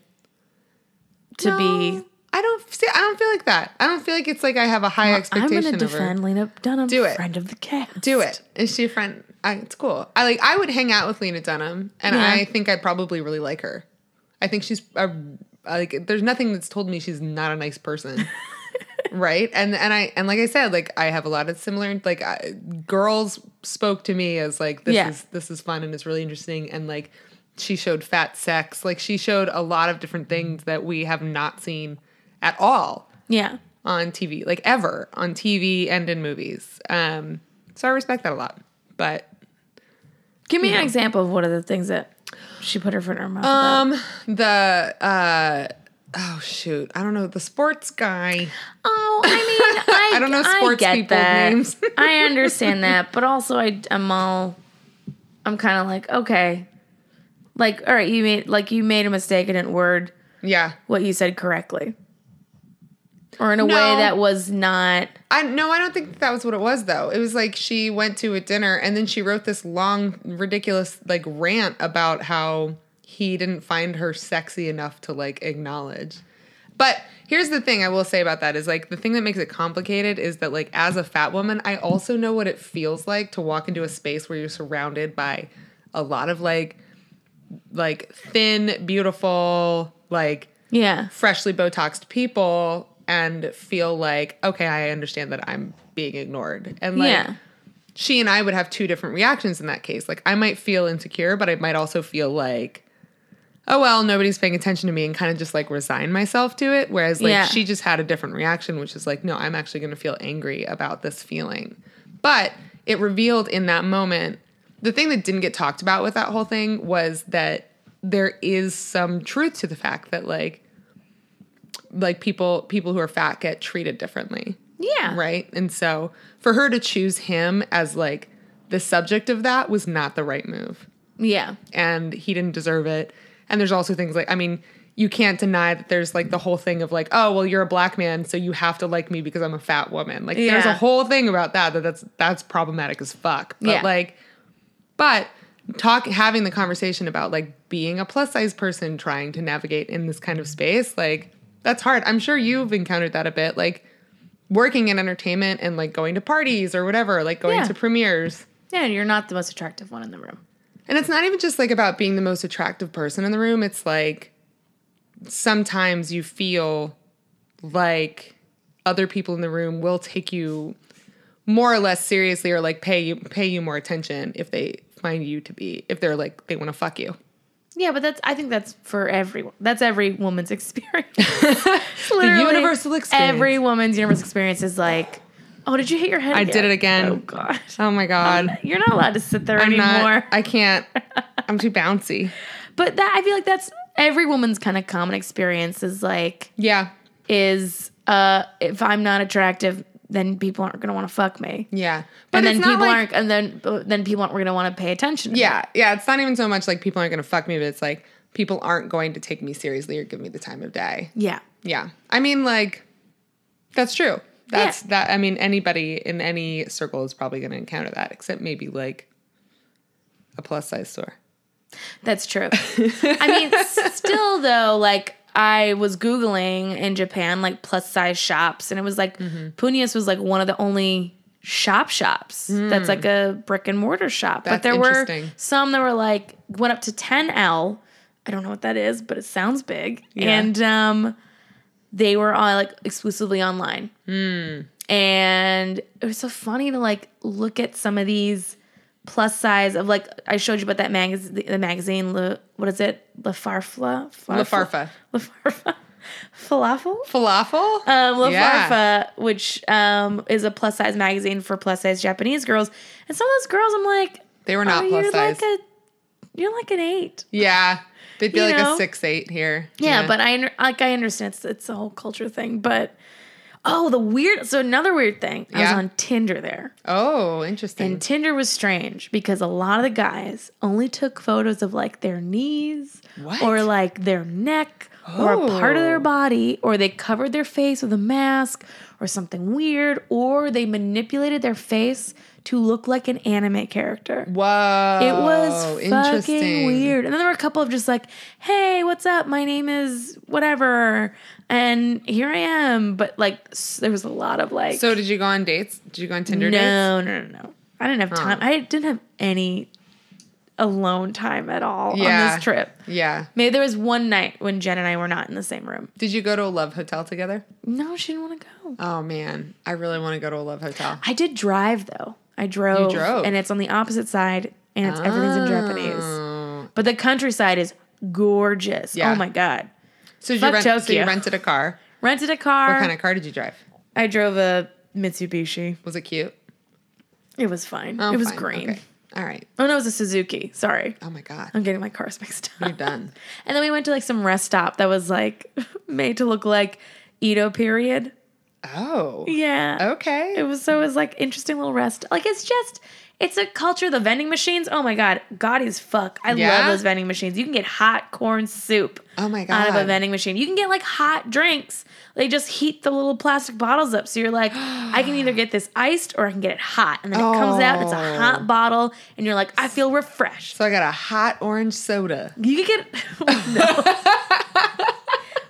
to be No, I don't see. I don't feel like that. I don't feel like it's like I have a high I'm expectation going to of her. defend Lena Dunham, Do it. friend of the cast. Do it. Is she a friend? I, it's cool. I like. I would hang out with Lena Dunham, and Yeah. I think I probably really like her. I think she's a, like. There's nothing that's told me she's not a nice person, right? And and I and like I said, like I have a lot of similar. Like I, girls spoke to me as like this Yeah. is this is fun and it's really interesting and like she showed fat sex. Like she showed a lot of different things that we have not seen at all Yeah. on TV, like ever on TV and in movies. Um, so I respect that a lot. But Give me an example of one of the things that she put her foot in her mouth. about. um, the uh, oh shoot, I don't know the sports guy. Oh, I mean, I, I don't know I sports get people that. names. I understand that, but also I, I'm all, I'm kind of like, okay, like, all right, you made like you made a mistake. I didn't word Yeah, what you said correctly, or in a No. way that was not. I no, I don't think that was what it was though. It was like she went to a dinner and then she wrote this long, ridiculous like rant about how he didn't find her sexy enough to like acknowledge. But here's the thing I will say about that is like the thing that makes it complicated is that like as a fat woman, I also know what it feels like to walk into a space where you're surrounded by a lot of like like thin, beautiful, like Yeah, freshly botoxed people and feel like okay i understand that i'm being ignored and like yeah, she and i would have two different reactions in that case like i might feel insecure but i might also feel like oh well nobody's paying attention to me and kind of just like resign myself to it whereas like Yeah. she just had a different reaction which is like no i'm actually going to feel angry about this feeling but it revealed in that moment the thing that didn't get talked about with that whole thing was that there is some truth to the fact that like like people people who are fat get treated differently yeah. right and so for her to choose him as like the subject of that was not the right move Yeah. and he didn't deserve it and there's also things like i mean you can't deny that there's like the whole thing of like oh well you're a black man so you have to like me because i'm a fat woman like there's Yeah. a whole thing about that that that's that's problematic as fuck but Yeah. like but talk having the conversation about like being a plus size person trying to navigate in this kind of space like that's hard i'm sure you've encountered that a bit like working in entertainment and like going to parties or whatever like going Yeah. to premieres Yeah, you're not the most attractive one in the room. and it's not even just like about being the most attractive person in the room. It's like sometimes you feel like other people in the room will take you more or less seriously or like pay you pay you more attention if they find you to be if they're like they want to fuck you. Yeah, but that's I think that's for everyone. That's every woman's experience. the Literally, universal experience. Every woman's universal experience is like, oh, did you hit your head? I did it again. Oh god, oh my god, you're not allowed to sit there I'm anymore. not. I can't. I'm too bouncy. but that I feel like that's every woman's kind of common experience is like Yeah, is uh if I'm not attractive, then people aren't gonna want to fuck me. yeah. But and it's then not people like- aren't, and then then people aren't going to want to pay attention. to me. Yeah, yeah. It's not even so much like people aren't going to fuck me, but it's like people aren't going to take me seriously or give me the time of day. yeah. Yeah. I mean, like, that's true. That's that. I mean, anybody in any circle is probably going to encounter that, except maybe like a plus size store. That's true. I mean, still though, like I was googling in Japan like plus size shops, and it was like Mm-hmm. Punius was like one of the only shop shops that's like a brick and mortar shop. Hmm. That's but there were interesting. some that were like went up to 10L. I don't know what that is, but it sounds big. Yeah. And um, they were all like exclusively online. And it was so funny to like look at some of these plus size of like I showed you about that magazine, the, the magazine. Le, what is it? La Farfla, La Farfa. La Farfa, falafel. Falafel? Um, La Yeah. Farfa, which um, is a plus size magazine for plus size Japanese girls, and some of those girls, I'm like, They were oh, not plus you're size. like a, you're like an eight. yeah. They'd be You like a know? six eight here. Yeah, but I under- like I understand it's, it's a whole culture thing, but oh, the weird. So another weird thing. I was Yeah. on Tinder there. Oh, interesting. And Tinder was strange because a lot of the guys only took photos of like their knees What? or like their neck or a part of Oh. their body or they covered their face with a mask or something weird or they manipulated their face to look like an anime character. Whoa. It Oh, was fucking weird. And then there were a couple of just like, hey, what's up? My name is whatever. And here I am. But like, s- there was a lot of like. So, did you go on dates? Did you go on Tinder dates? No, no, no, no. I didn't have time. I didn't have any alone time at all on Yeah. this trip. Yeah. Maybe there was one night when Jen and I were not in the same room. Did you go to a love hotel together? No, she didn't want to go. Oh man, I really want to go to a love hotel. I did drive though. I drove. drove. And it's on the opposite side and it's everything's in Japanese. Oh. But the countryside is gorgeous. Yeah. Oh my god. So you, Fuck rent, so you Tokyo. rented a car. Rented a car. What kind of car did you drive? I drove a Mitsubishi. Was it cute? It was fine. Oh, it was fine. green. Okay. All right. Oh no, it was a Suzuki. Sorry. Oh my god, I'm getting my cars mixed up. you're done. And then we went to like some rest stop that was like made to look like Edo period. Oh, Yeah. It okay. was so it was like interesting little rest. Like it's just it's a culture. The vending machines. Oh my god, god is fuck. I Yeah? love those vending machines. You can get hot corn soup Oh my out of a God. vending machine. You can get like hot drinks. They just heat the little plastic bottles up. So you're like, I can either get this iced or I can get it hot. And then it comes out. It's Oh. a hot bottle, and you're like, I feel refreshed. So I got a hot orange soda. You could get no.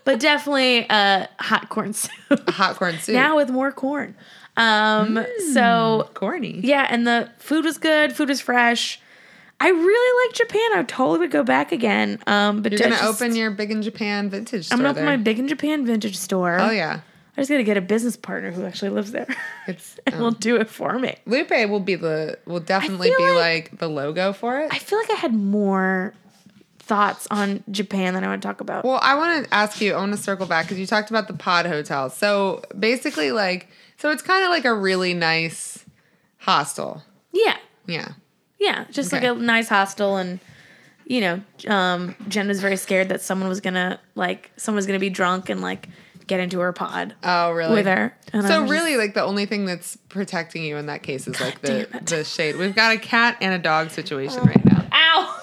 but definitely uh, hot corn soup. A hot corn soup. Mm. now with more corn. Um, So corny. yeah, and the food was good. Food was fresh. I really like Japan. I totally would go back again. Um, but You're gonna I just- open your big in Japan vintage store. I'm gonna open my there. big in Japan vintage store. Oh yeah, I just gotta get a business partner who actually lives there. it's um, and will do it for me. Lupe will be the will definitely feel be like, like- the logo for it. I feel like I had more thoughts on Japan than I want to talk about. Well, I want to ask you. I want to circle back because you talked about the pod hotel. So basically, like, so it's kind of like a really nice hostel. yeah. Yeah. Yeah, just Okay. like a nice hostel and you know, um, Jen was very scared that someone was gonna like someone was gonna be drunk and like get into her pod Oh, really? with her. And So I'm just- really, like the only thing that's protecting you in that case is like the damn it. Oh. the shade. We've got a cat and a dog situation right now. Ow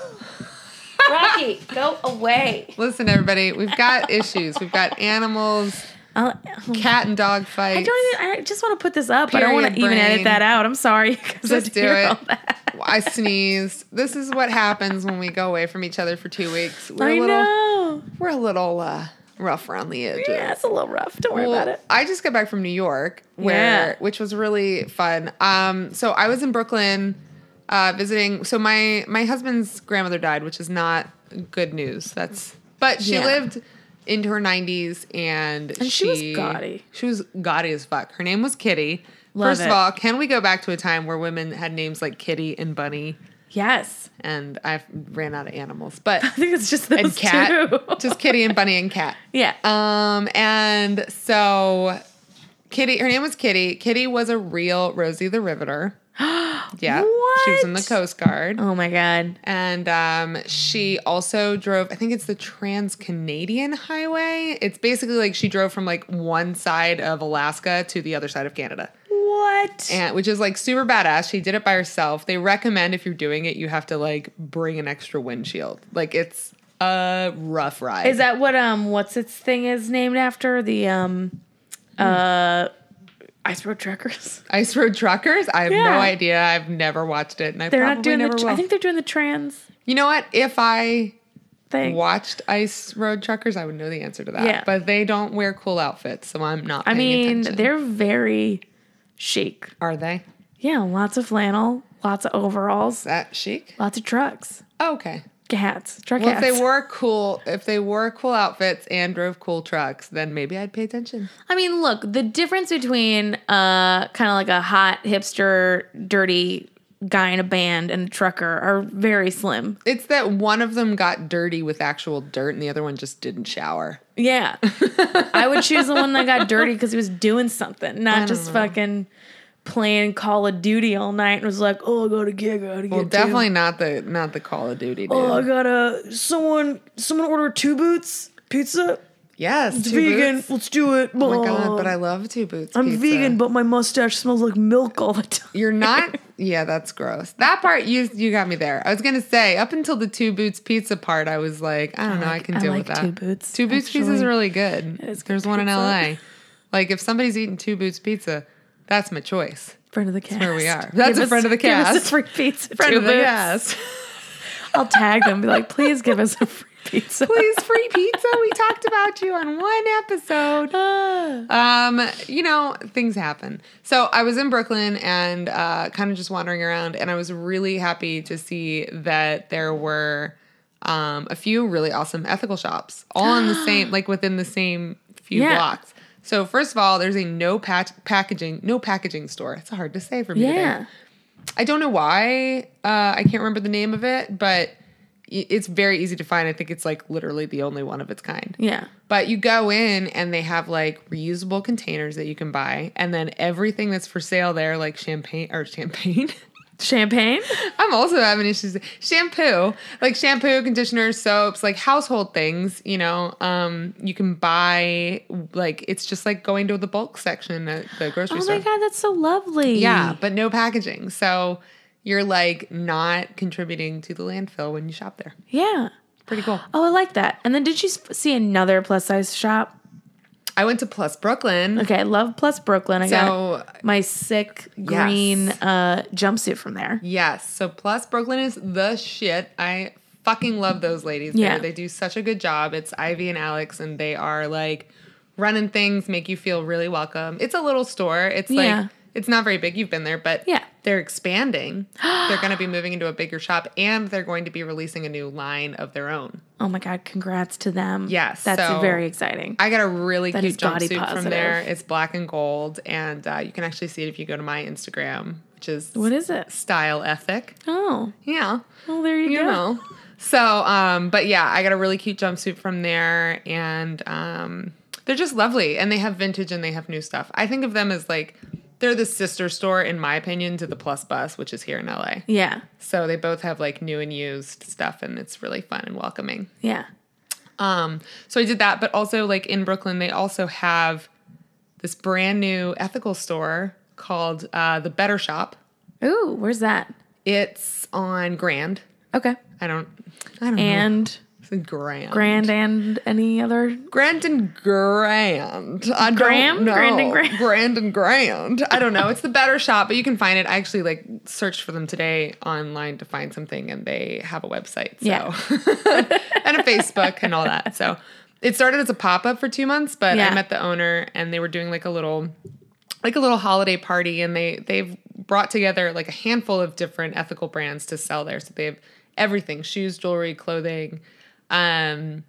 Rocky, go away. Listen, everybody, we've got issues. We've got animals, I'll, cat and dog fights. I don't even I just wanna put this up. I don't wanna Period even brain. edit that out. I'm sorry. 'cause I Just do hear all it. that. I sneezed. This is what happens when we go away from each other for two weeks. We're I a little, know. we're a little uh, rough around the edges. Yeah, it's a little rough. Don't worry Well, about it. I just got back from New York, where Yeah. which was really fun. Um, so I was in Brooklyn uh, visiting. So my my husband's grandmother died, which is not good news. That's but she Yeah. lived into her nineties, and, And she was gaudy. She was gaudy as fuck. Her name was Kitty. Love First of it. all, can we go back to a time where women had names like Kitty and Bunny? Yes. and I ran out of animals, but I think it's just those and cat, two. just Kitty and Bunny and Cat. yeah. Um, and so Kitty, her name was Kitty. Kitty was a real Rosie the Riveter. yeah, she was in the What? Coast Guard, oh my god. and um, she also drove. I think it's the Trans Canadian Highway. It's basically like she drove from like one side of Alaska to the other side of Canada What? and which is like super badass. She did it by herself. They recommend if you're doing it, you have to like bring an extra windshield. Like it's a rough ride. is that what um what's its thing is named after? The um uh Ice Road Truckers. Ice Road Truckers? I have Yeah. no idea. I've never watched it, and I They're probably not doing the never tr- will. I think they're doing the trans you know what? If I thing. watched Ice Road Truckers, I would know the answer to that. Yeah. But they don't wear cool outfits, so I'm not. I paying mean, attention. they're very chic. are they Yeah, lots of flannel, lots of overalls, that chic? lots of trucks, Oh, okay. hats, truck Well, hats. if they wore cool, if they wore cool outfits and drove cool trucks, then maybe I'd pay attention. I mean, look, the difference between uh, kind of like a hot hipster, dirty guy in a band and a trucker are very slim. It's that one of them got dirty with actual dirt and the other one just didn't shower. Yeah, I would choose the one that got dirty because he was doing something, not just fucking playing Call of Duty all night and was like, "Oh, I got a gig, I gotta get Well, two." definitely not the not the Call of Duty dude. Oh, I gotta someone someone order two boots pizza. yes, It's two vegan. Boots. Let's do it. Oh my god, but I love two boots. I'm pizza. vegan, but my mustache smells like milk all the time. You're not. Yeah, that's gross. That part you you got me there. I was gonna say up until the two boots pizza part, I was like, I don't know, I like- can I deal like with that. Two Boots, Two boots pizza is actually. really good. is good There's one in pizza. L.A. Like if somebody's eating two boots pizza, that's my choice. Friend of the cast. where we are. That's Give a us- friend of the Give us cast. a free pizza. Friend two of the boots. yes. I'll tag them. Be like, please give us a free pizza. Please free pizza. We talked about you on one episode. Ah. Um, you know, things happen. So I was in Brooklyn and uh, kind of just wandering around, and I was really happy to see that there were um, a few really awesome ethical shops, all in the same, like within the same few Yeah. blocks. So first of all, there's a no pat- packaging, no packaging store. It's hard to say for me. Today. yeah. I don't know why. Uh, I can't remember the name of it, but i- it's very easy to find. I think it's like literally the only one of its kind. Yeah. But you go in and they have like reusable containers that you can buy, and then everything that's for sale there, like champagne or champagne. Champagne? I'm also having issues. Shampoo, like shampoo, conditioners, soaps, like household things. You know, um, you can buy like it's just like going to the bulk section at the grocery Oh store. my God, that's so lovely. Yeah, but no packaging, so you're like not contributing to the landfill when you shop there. Yeah. Pretty cool. Oh, I like that. And then did you sp- see another plus size shop? I went to Plus Brooklyn. Okay, I love Plus Brooklyn. I So- got my sick green uh, jumpsuit from there. Yes. So plus Brooklyn is the shit. I fucking love those ladies. Yeah. There. They do such a good job. It's Ivy and Alex and they are like running things, make you feel really welcome. It's a little store. It's Yeah. like it's not very big. You've been there, but Yeah. they're expanding. they're going to be moving into a bigger shop and they're going to be releasing a new line of their own. Oh my God, congrats to them. Yes, That's so- very exciting. I got a really That cute is body jumpsuit from there. positive. It's black and gold and uh, you can actually see it if you go to my Instagram, which is what is it? Style Ethic. Oh, Yeah. well, there you, you go. know. So, um, but yeah, I got a really cute jumpsuit from there, and um, they're just lovely. And they have vintage and they have new stuff. I think of them as like they're the sister store, in my opinion, to the Plus Bus, which is here in LA. Yeah, So they both have like new and used stuff, and it's really fun and welcoming. yeah. Um, so I did that, but also like in Brooklyn, they also have this brand new ethical store called uh, the Better Shop. Ooh, where's that? It's on Grand. Okay. I don't. I don't know. And It's Grand. Grand and any other? Grand and Grand. I Graham? don't know. Grand and Graham? Grand and Grand. I don't know. It's the better shop, but you can find it. I actually like searched for them today online to find something, and they have a website. So Yeah. and a Facebook and all that. So it started as a pop up for two months, but Yeah. I met the owner, and they were doing like a little like a little holiday party and they they've brought together like a handful of different ethical brands to sell there so they have everything shoes jewelry clothing um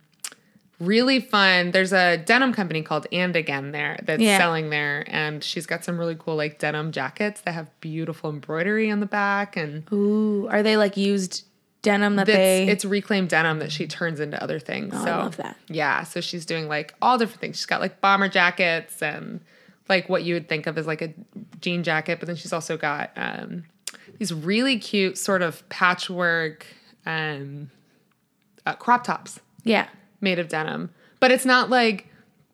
really fun. There's a denim company called And Again there that's Yeah. selling there, and she's got some really cool like denim jackets that have beautiful embroidery on the back, and Ooh, are they like used denim that that's, they? Oh, it's reclaimed denim that she turns into other things. I so love that. Yeah, so she's doing like all different things. She's got like bomber jackets and like what you would think of as like a jean jacket, but then she's also got um, these really cute sort of patchwork um, uh, crop tops yeah, made of denim. But it's not like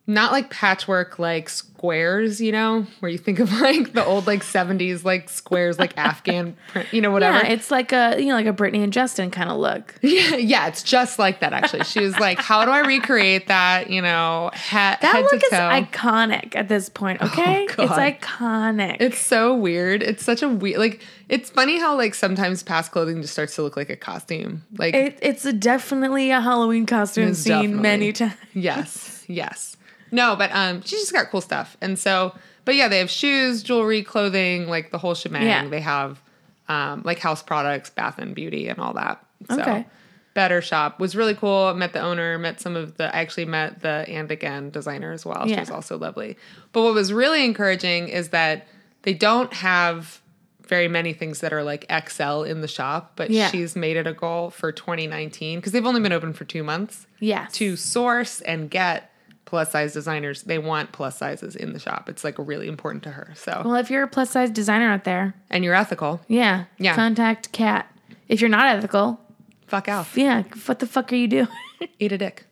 not like patchwork like squares, you know, where you think of like the old like 70s like squares like Afghan print, you know whatever. yeah. It's like a you know like a Britney and Justin kind of look. Yeah, yeah, it's just like that actually. She was like, "How do I recreate that?" You know, he- That head look to is toe. iconic at this point. Okay, God. it's iconic. it's so weird. It's such a weird. Like, it's funny how like sometimes past clothing just starts to look like a costume. Like, It, it's a definitely a Halloween costume It's seen definitely. many times. yes, yes. No, but um, she's just got cool stuff, and so, but yeah, they have shoes, jewelry, clothing, like the whole shebang. Yeah. They have um, like house products, bath and beauty, and all that. So, Okay. Better Shop was really cool. Met the owner, met some of the I actually met the and again designer as well. She Yeah. was also lovely. But what was really encouraging is that they don't have very many things that are like XL in the shop, but Yeah. she's made it a goal for 2019 because they've only been open for two months Yeah. to source and get plus size designers. They want plus sizes in the shop. It's like really important to her. So, Well, if you're a plus size designer out there, and you're ethical. yeah, Yeah. contact Kat. If you're not ethical, Fuck off. yeah, what the fuck are you doing? Eat a dick.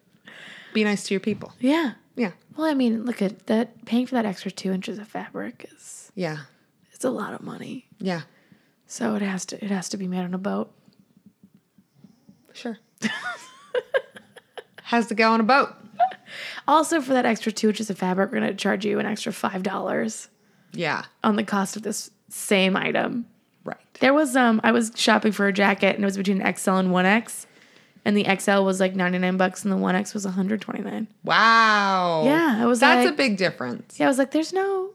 Be nice to your people. yeah. Yeah. Well, I mean, look at that. Paying for that extra two inches of fabric is Yeah. it's a lot of money. Yeah. So it has to it has to be made on a boat. Sure. Has to go on a boat. Also, for that extra two inches of fabric, we're gonna charge you an extra five dollars Yeah. on the cost of this same item. Right. There was um I was shopping for a jacket and it was between XL and 1X and the XL was like 99 bucks and the 1X was 129. Wow. Yeah, I was That's a like- big difference. Yeah, I was like there's no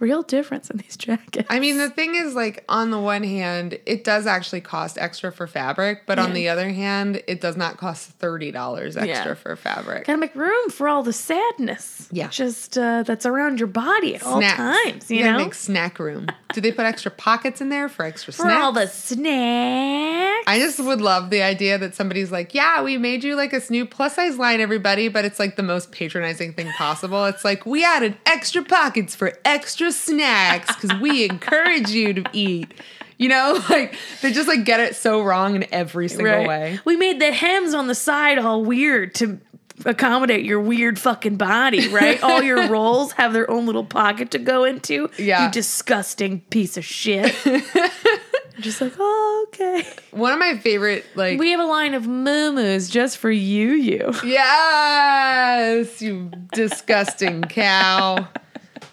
real difference in these jackets. I mean, the thing is, like, on the one hand, it does actually cost extra for fabric, but on Yeah. the other hand, it does not cost $30 extra for fabric. Gotta make room for all the sadness. Yeah. Just uh, that's around your body at all times, you gotta know? make snack room. Do they put extra pockets in there for extra for snacks? all the snacks. I just would love the idea that somebody's like, "Yeah, we made you like this new plus size line, everybody," but it's like the most patronizing thing possible. It's like we added extra pockets for extra snacks because we encourage you to eat. You know, like they just like get it so wrong in every single Right. way. We made the hems on the side all weird to accommodate your weird fucking body, right? all your rolls have their own little pocket to go into. Yeah. You disgusting piece of shit. just like, oh, okay. One of my favorite like We have a line of moo just for you, you. yes, you disgusting cow,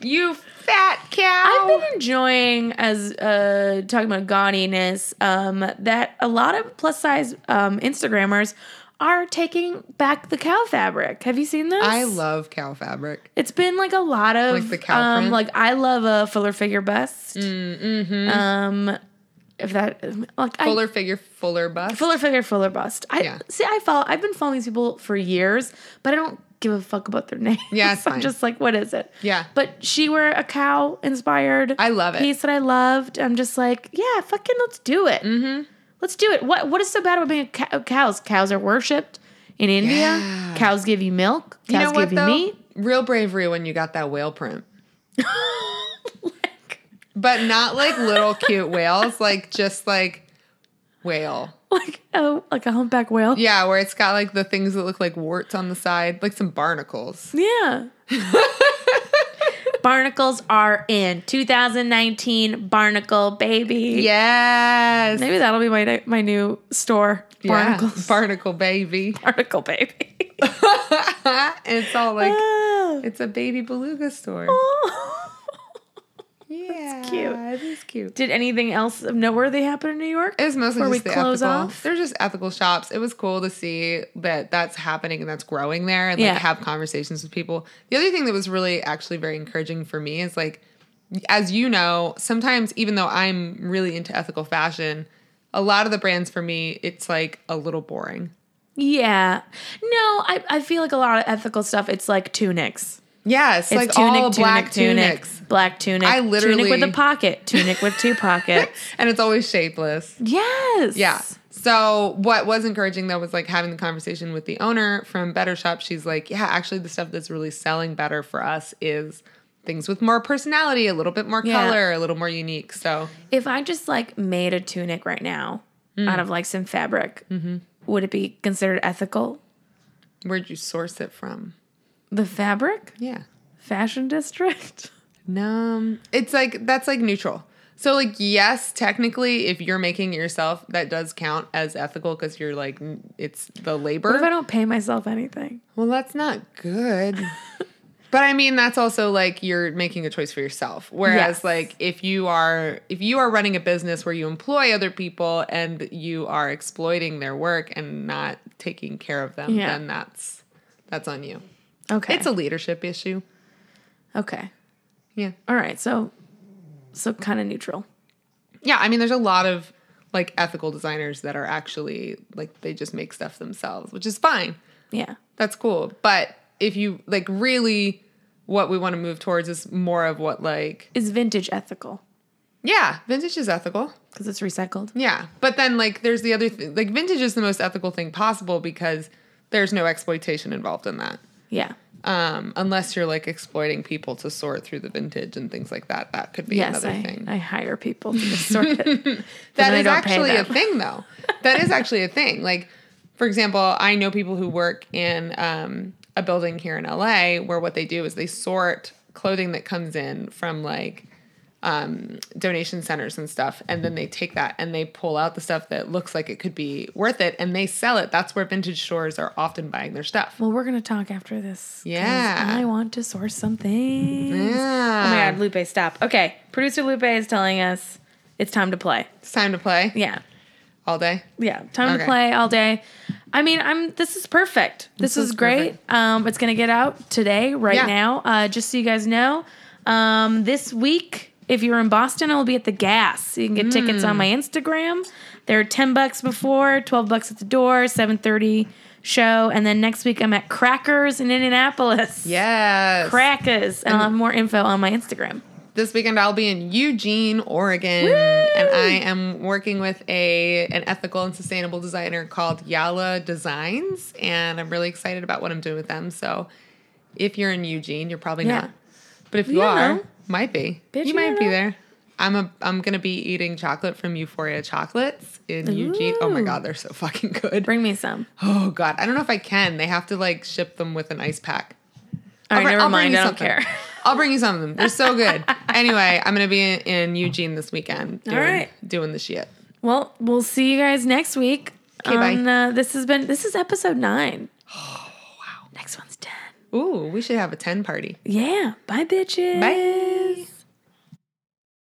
you fat cow. I've been enjoying as uh, talking about gaudiness um, that a lot of plus size um, Instagrammers are taking back the cow fabric. Have you seen this? I love cow fabric. It's been like a lot of Like the cow um, print? Mm, mm-hmm. Like I love a fuller figure bust. Um, if that like I- Fuller figure, fuller bust. fuller figure fuller bust. I Yeah. see. I follow. I've been following these people for years, but I don't give a fuck about their names. Yeah, it's I'm fine. just like, what is it? Yeah. But she were a cow inspired. I love it. Piece that I loved. I'm just like, yeah, fucking, let's do it. Mm-hmm. Let's do it. What What is so bad about being a cow- cows? Cows are worshipped in India. Yeah. Cows give you milk. Cows you know what give you though? meat. Real bravery when you got that whale print. like, But not like little cute whales, like just like whale. like a like a humpback whale. Yeah. Yeah, where it's got like the things that look like warts on the side, like some barnacles. Barnacles are in 2019 Barnacle baby. Yes. Maybe that'll be my ni- my new store. Yeah, Barnacles. Barnacle baby. Barnacle baby. it's all like Ah. it's a baby beluga store. yeah. oh, cute. It is cute. Did anything else of noteworthy happen in New York? It was mostly Where just we the close ethical. off. They're just ethical shops. It was cool to see that that's happening and that's growing there, and Yeah. like have conversations with people. The other thing that was really actually very encouraging for me is like, as you know, sometimes even though I'm really into ethical fashion, a lot of the brands for me it's like a little boring. Yeah. No, I, I feel like a lot of ethical stuff, it's like tunics. Yes, like It's all black tunics. Black tunic. I Tunic with literally- a pocket. Tunic with two pockets. And it's always shapeless. Yes. Yeah. So what was encouraging though was like having the conversation with the owner from Better Shop. She's like, yeah, actually the stuff that's really selling better for us is things with more personality, a little bit more Yeah. color, a little more unique. So If I just like made a tunic right now out of like some fabric, would it be considered ethical? where'd you source it from? The fabric? Yeah. Fashion district? No, it's like that's like neutral. So like yes, technically, if you're making it yourself, that does count as ethical because you're like n- it's the What if I labor. don't pay myself anything? Well, that's not good. but I mean, that's also like you're making a choice for yourself. Whereas Yes. like if you are if you are running a business where you employ other people and you are exploiting their work and not taking care of them, Yeah. then that's that's on you. Okay. It's a leadership issue. okay. Yeah. All right. So, so kind of neutral. Yeah, I mean, there's a lot of like ethical designers that are actually like they just make stuff themselves, which is fine. Yeah. That's cool. But if you like really what we want to move towards is more of what like Is vintage ethical? yeah, vintage is ethical. Because it's recycled. Yeah. But then like there's the other thing like vintage is the most ethical thing possible because there's no exploitation involved in that. Yeah. Um, unless you're like exploiting people to sort through the vintage and things like that. That could be Yes, another I, thing. I hire people to just sort it. That then I is don't pay actually a them. thing, though. That is actually a thing. Like, for example, I know people who work in um, a building here in LA where what they do is they sort clothing that comes in from like um, donation centers and stuff, and then they take that and they pull out the stuff that looks like it could be worth it, and they sell it. That's where vintage stores are often buying their stuff. Well, we're gonna talk after this. 'cause Yeah. I want to source some things. Oh my Yeah. god, Lupe, stop. Okay, producer Lupe is telling us it's time to play. It's time to play Yeah, all day. yeah, time to Okay. play all day. I mean, I'm. This is perfect. This, This is is great. Um, it's gonna get out today, right Yeah. now. Uh, just so you guys know, um, this week, if you're in Boston, I will be at the Gas. You can get tickets Hmm. on my Instagram. They're ten bucks before, twelve bucks at the door, seven thirty show, and then next week I'm at Crackers in Indianapolis. Yes. Crackers, and I'll have more info on my Instagram. this weekend I'll be in Eugene, Oregon, and I am working with a an ethical and sustainable designer called Yala Designs, and I'm really excited about what I'm doing with them. So, if you're in Eugene, you're probably Yeah. not, but if You you don't are, know. might be, Bitch, you you might don't be know. there. I'm a I'm gonna be eating chocolate from Euphoria Chocolates in Eugene. Oh my Ooh. god, they're so fucking good. Bring me some. Oh god, I don't know if I can. They have to like ship them with an ice pack. All right, br- never bring mind. you I don't something. care. I'll bring you some of them. They're so good. anyway, I'm gonna be in, in Eugene this weekend. Doing, right. doing the shit. Well, we'll see you guys next week. 'Kay, bye. on, Uh, this has been this is episode nine. Oh wow! Next one's ten. Ooh, we should have a ten party. Yeah. Bye, bitches. Bye.